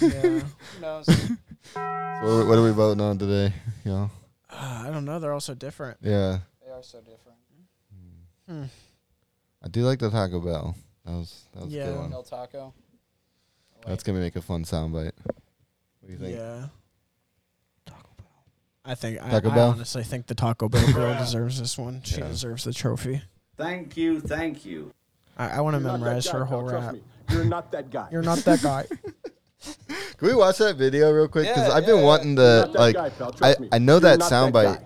S3: Yeah.
S26: Who
S3: [LAUGHS]
S26: knows?
S2: What are, we- what are we voting on today, y'all?
S3: Ah, I don't know. They're all so different.
S2: Yeah,
S26: They are so different.
S3: Hmm.
S2: I do like the Taco Bell. That was that was a good one.
S26: El Taco.
S2: That's gonna make a fun soundbite. What do you think?
S3: Yeah. I think I,
S2: Taco
S3: I
S2: Bell?
S3: honestly think the Taco Bell
S2: [LAUGHS]
S3: girl deserves this one. She deserves the trophy.
S9: Thank you, thank you.
S3: I, I want to
S9: You're not that
S3: memorize
S9: guy,
S3: her
S9: pal,
S3: whole
S9: trust
S3: rap.
S9: me. You're not that guy.
S3: You're not that
S9: [LAUGHS]
S3: guy.
S2: Can we watch that video real quick? Because
S9: Yeah,
S2: I've been
S9: yeah,
S2: wanting
S9: yeah.
S2: to
S9: You're not that
S2: like.
S9: guy, pal.
S2: I,
S9: Trust me.
S2: I know
S9: You're
S2: that
S9: not that
S2: soundbite,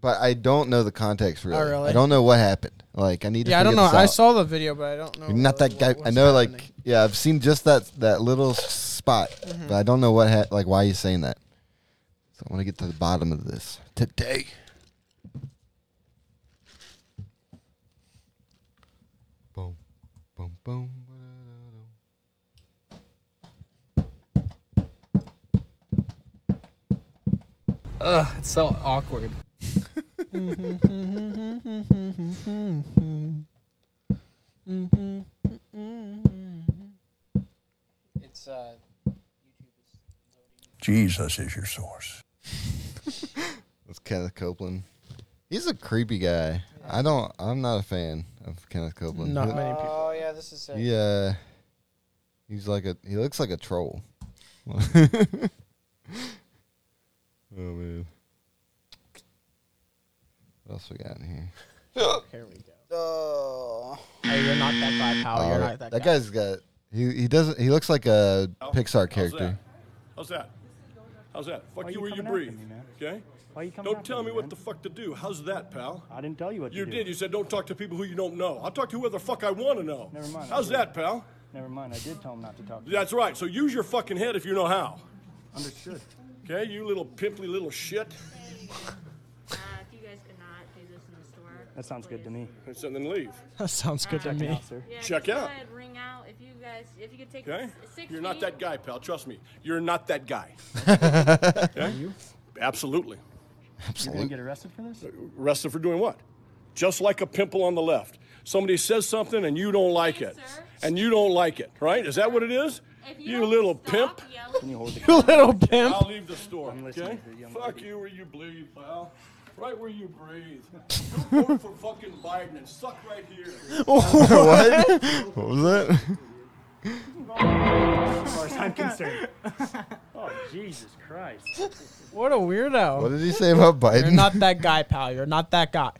S2: but I don't know the context really.
S3: Oh, really?
S2: I don't know what happened. Like I need to.
S3: yeah, I don't
S2: figure
S3: know.
S2: this
S3: I
S2: out.
S3: saw the video, but I don't know.
S2: You're not that guy. I know, like, yeah, I've seen just that that little spot,
S3: Mhm.
S2: but I don't know what, ha- like, why he's saying that. So I want to get to the bottom of this today. Boom, boom, boom.
S26: Ugh, it's so awkward.
S9: [LAUGHS]
S3: [LAUGHS]
S26: It's uh,
S5: Jesus is your source.
S2: [LAUGHS] That's Kenneth Copeland. He's a creepy guy. I don't. I'm not a fan of Kenneth Copeland.
S3: Not
S2: He-
S3: many people.
S26: oh yeah, this is.
S2: He, uh, he's like a. He looks like a troll. [LAUGHS] oh man. What else we got in here?
S3: Here we go.
S2: Uh,
S26: Oh.
S3: you're not that guy, pal.
S2: Oh,
S3: you're not that, guy.
S2: guy's got. He he doesn't. He looks like a
S26: Oh,
S2: Pixar character.
S6: that? How's that? How's that? Fuck you, where you breathe. okay? Why you coming don't tell me what the fuck to do. How's that, pal? I didn't tell you what you to do. You did. You said don't talk to people who you don't know. I'll talk to whoever the fuck I want to know.
S7: Never mind, I
S6: How's
S7: did.
S6: that, pal?
S7: Never mind, I did tell him not to talk.
S6: That's right. So use your fucking head if you know how.
S7: Understood.
S6: Okay, you little pimply little shit.
S7: That sounds good to me.
S6: So then leave.
S3: [LAUGHS] That sounds good to me.
S6: Check out.
S10: Ring out if you guys, if you could take
S6: Okay?
S10: six
S6: You're not that guy, pal. Trust me. You're not that guy.
S7: Are
S6: Okay?
S7: you?
S6: Absolutely.
S7: You're gonna get arrested for this?
S6: Arrested for doing what? Just like a pimple on the left. Somebody says something and you don't like it. And you don't like it, right? Is that what it is? You little pimp.
S7: Can you hold the
S3: You little pimp.
S6: I'll
S7: [LAUGHS]
S3: [LAUGHS]
S6: leave the store, okay?
S7: listening to you, I'm
S6: Fuck you where you bleed, pal. Right where you breathe. Go vote for fucking Biden and suck right here.
S2: what?
S6: [LAUGHS]
S2: What was that?
S7: as far as I'm
S3: [LAUGHS]
S7: concerned. oh Jesus Christ!
S3: What a weirdo.
S2: What did he say about Biden?
S3: You're not that guy, pal. You're not that guy.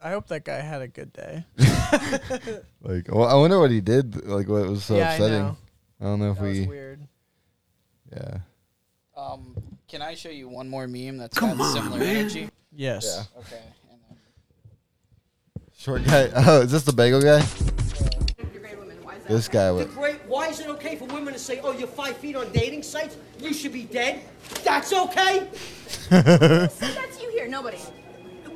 S3: I hope that guy had a
S2: [LAUGHS]
S3: good day. [LAUGHS]
S2: Like, well, I wonder what he did. Like, what was so
S3: Yeah, I
S2: upsetting?
S3: know.
S2: I don't know if
S3: That was
S2: we.
S3: weird.
S2: Yeah.
S26: Um, can I show you one more meme that's got similar energy?
S3: Yes.
S26: Okay. And
S2: Short guy. [LAUGHS] Oh, is this the bagel guy? This guy
S21: The
S2: was.
S21: great, why is it okay for women to say, oh, you're five feet on dating sites? You should be dead. That's okay?
S27: That's you here, nobody.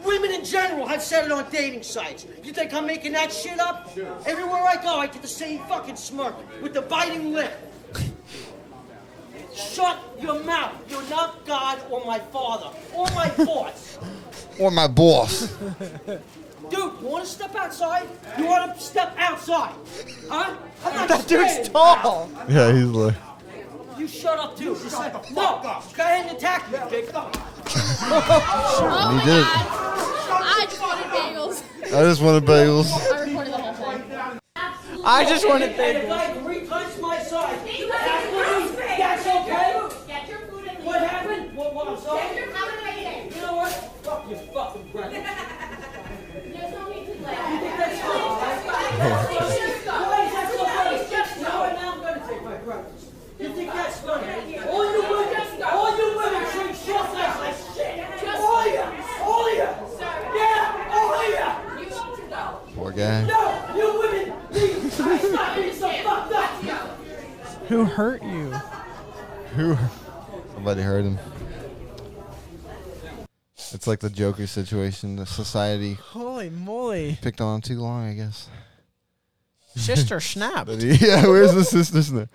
S21: Women in general have said it on dating sites. You think I'm making that shit up? Everywhere I go, I get the same fucking smirk with the biting lip. Shut your mouth. You're not God or my father or my boss.
S2: Or my boss. [LAUGHS]
S21: Dude, you want to step outside? You want to step outside? Huh? I'm not
S3: That dude's
S21: scared.
S3: tall.
S2: Yeah, he's like.
S21: You shut up too. You shut the fuck up. Go ahead and attack me, big dog. Oh
S2: and he did it.
S27: I just wanted bagels.
S2: I just wanted bagels.
S27: I recorded the whole thing.
S3: I just wanted
S21: And if I three punch my side, that's, what we- that's okay. up your fucking breath.
S2: [LAUGHS]
S21: You think that's funny? All you women, all you women treat short legs like shit. All you, all you. Yeah, all you.
S2: Poor guy.
S21: No, you women, you, stop being so fucked up.
S3: Who hurt you?
S2: Who? Somebody heard him. It's like the Joker situation. The society
S3: Holy moly.
S2: picked on him too long, I guess.
S3: Sister snapped.
S2: But he- [LAUGHS] yeah, where's the sisters? now?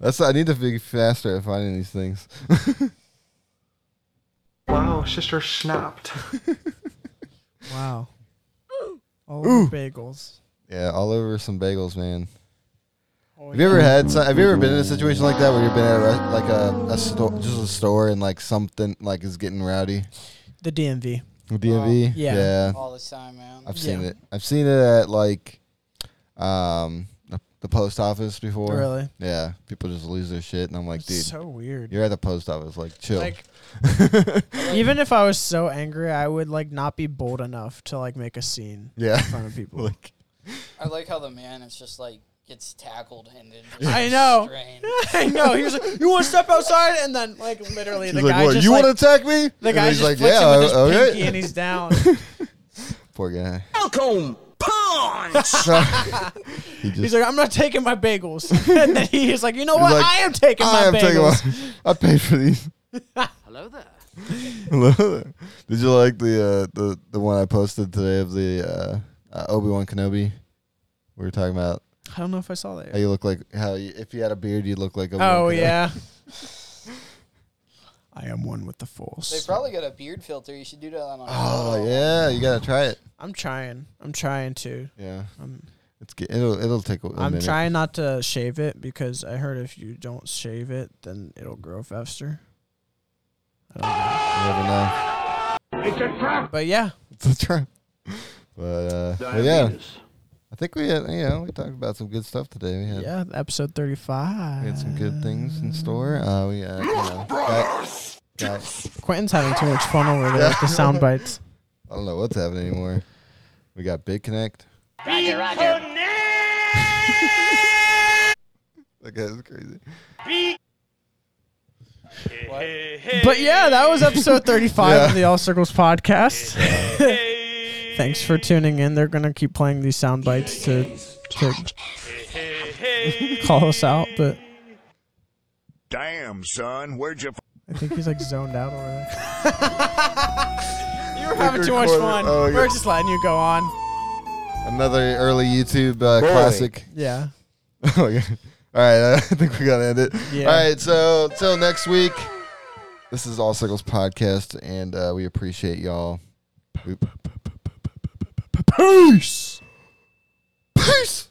S2: That's I need to be faster at finding these things. [LAUGHS]
S12: Wow,
S2: [LAUGHS]
S12: sister snapped.
S3: Wow. All over bagels.
S2: yeah, all over some bagels, man.
S3: Oh,
S2: Have you ever had? so- Have you ever been in a situation like that where you've been at a, re- like a, a store, just a store, and like something like is getting rowdy?
S3: The DMV.
S2: The DMV.
S3: Uh, yeah.
S2: yeah.
S26: All the time, man.
S2: I've seen
S26: Yeah.
S2: it. I've seen it at like, um, the- the post office before.
S3: Really?
S2: Yeah. People just lose their shit, and I'm like, dude,
S3: It's so weird.
S2: You're at the post office, like chill. [LAUGHS]
S3: Like, even if I was so angry, I would like not be bold enough to like make a scene
S2: Yeah.
S3: in front of people.
S2: [LAUGHS] Like-
S26: I like how the man is just like gets tackled and then just
S3: I know.
S26: strained.
S3: [LAUGHS] I know. He was like, "You want to step outside?" And then, like, literally, the
S2: She's like,
S3: guy
S2: "What,
S3: just
S2: you
S3: like,
S2: want to attack me?
S3: The
S2: And
S3: guy
S2: he's
S3: just
S2: like,
S3: flicks
S2: "Yeah,
S3: him with his
S2: all right."
S3: pinky, and
S2: [LAUGHS]
S3: he's down.
S2: Poor
S3: [LAUGHS]
S2: guy.
S3: Welcome,
S2: [LAUGHS]
S3: [LAUGHS] punch.
S2: He just-
S3: he's like, "I'm not taking my bagels," [LAUGHS] [LAUGHS] and then he's like, "You know
S2: He's
S3: what?
S2: like,
S3: I am taking
S2: I
S3: my
S2: am taking
S3: bagels."
S2: my- [LAUGHS] I paid for
S3: [LAUGHS]
S2: these. [LAUGHS]
S3: Hello there.
S2: Did you like the uh, the the one I posted today of the uh, uh, Obi Wan Kenobi? We were talking about
S3: I don't know if I saw that.
S2: how you look like how you, if you had a beard, you look like a.
S3: Oh yeah. [LAUGHS] I am one with the force.
S26: They probably got a beard filter. You should do that on a
S2: Oh yeah, you gotta try it.
S3: I'm trying. I'm trying to.
S2: Yeah.
S3: I'm,
S2: It's ge- it'll it'll take. A, a
S3: I'm
S2: minute.
S3: trying not to shave it because I heard if you don't shave it, then it'll grow faster.
S2: You never know.
S3: It's a trap. But yeah,
S2: It's a trap. But, uh, but yeah, I think we had you know we talked about some good stuff today. We had
S3: yeah, episode
S2: we had
S3: 35.
S2: some good things in store. Uh, we uh, you know, got, got
S3: Quentin's having too much fun over there with the sound bites.
S2: [LAUGHS] I don't know what's happening anymore. We got Big Connect.
S21: Roger, Roger.
S2: That guy's crazy. [LAUGHS]
S3: But yeah, that was episode 35 of the All Circles podcast. [LAUGHS] Thanks for tuning in. They're going to keep playing these sound bites to, to call us out, but
S13: Damn, son, where'd you?
S3: I think he's like zoned out over there.
S13: You
S3: [LAUGHS] We're having too much fun.
S21: Oh,
S2: oh,
S3: We're just letting you go on.
S2: Another early YouTube uh,
S3: Boy.
S2: classic.
S3: Yeah.
S2: [LAUGHS] Oh, yeah. All right, I [LAUGHS] think we gotta end it.
S3: Yeah.
S2: All right, so till next week. This is All Circles podcast, and uh, we appreciate y'all. We- Peace. Peace.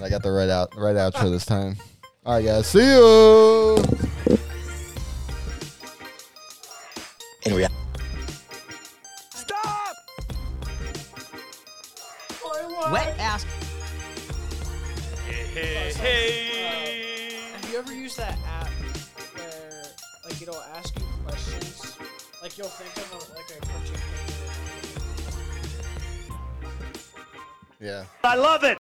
S2: I got the right out, right outro this time. All right, guys. See you. In reality.
S4: Wet ass.
S3: Have you ever used that app where like it'll ask you questions? Like you'll think of like a cartoon.
S2: Yeah.
S7: I love it.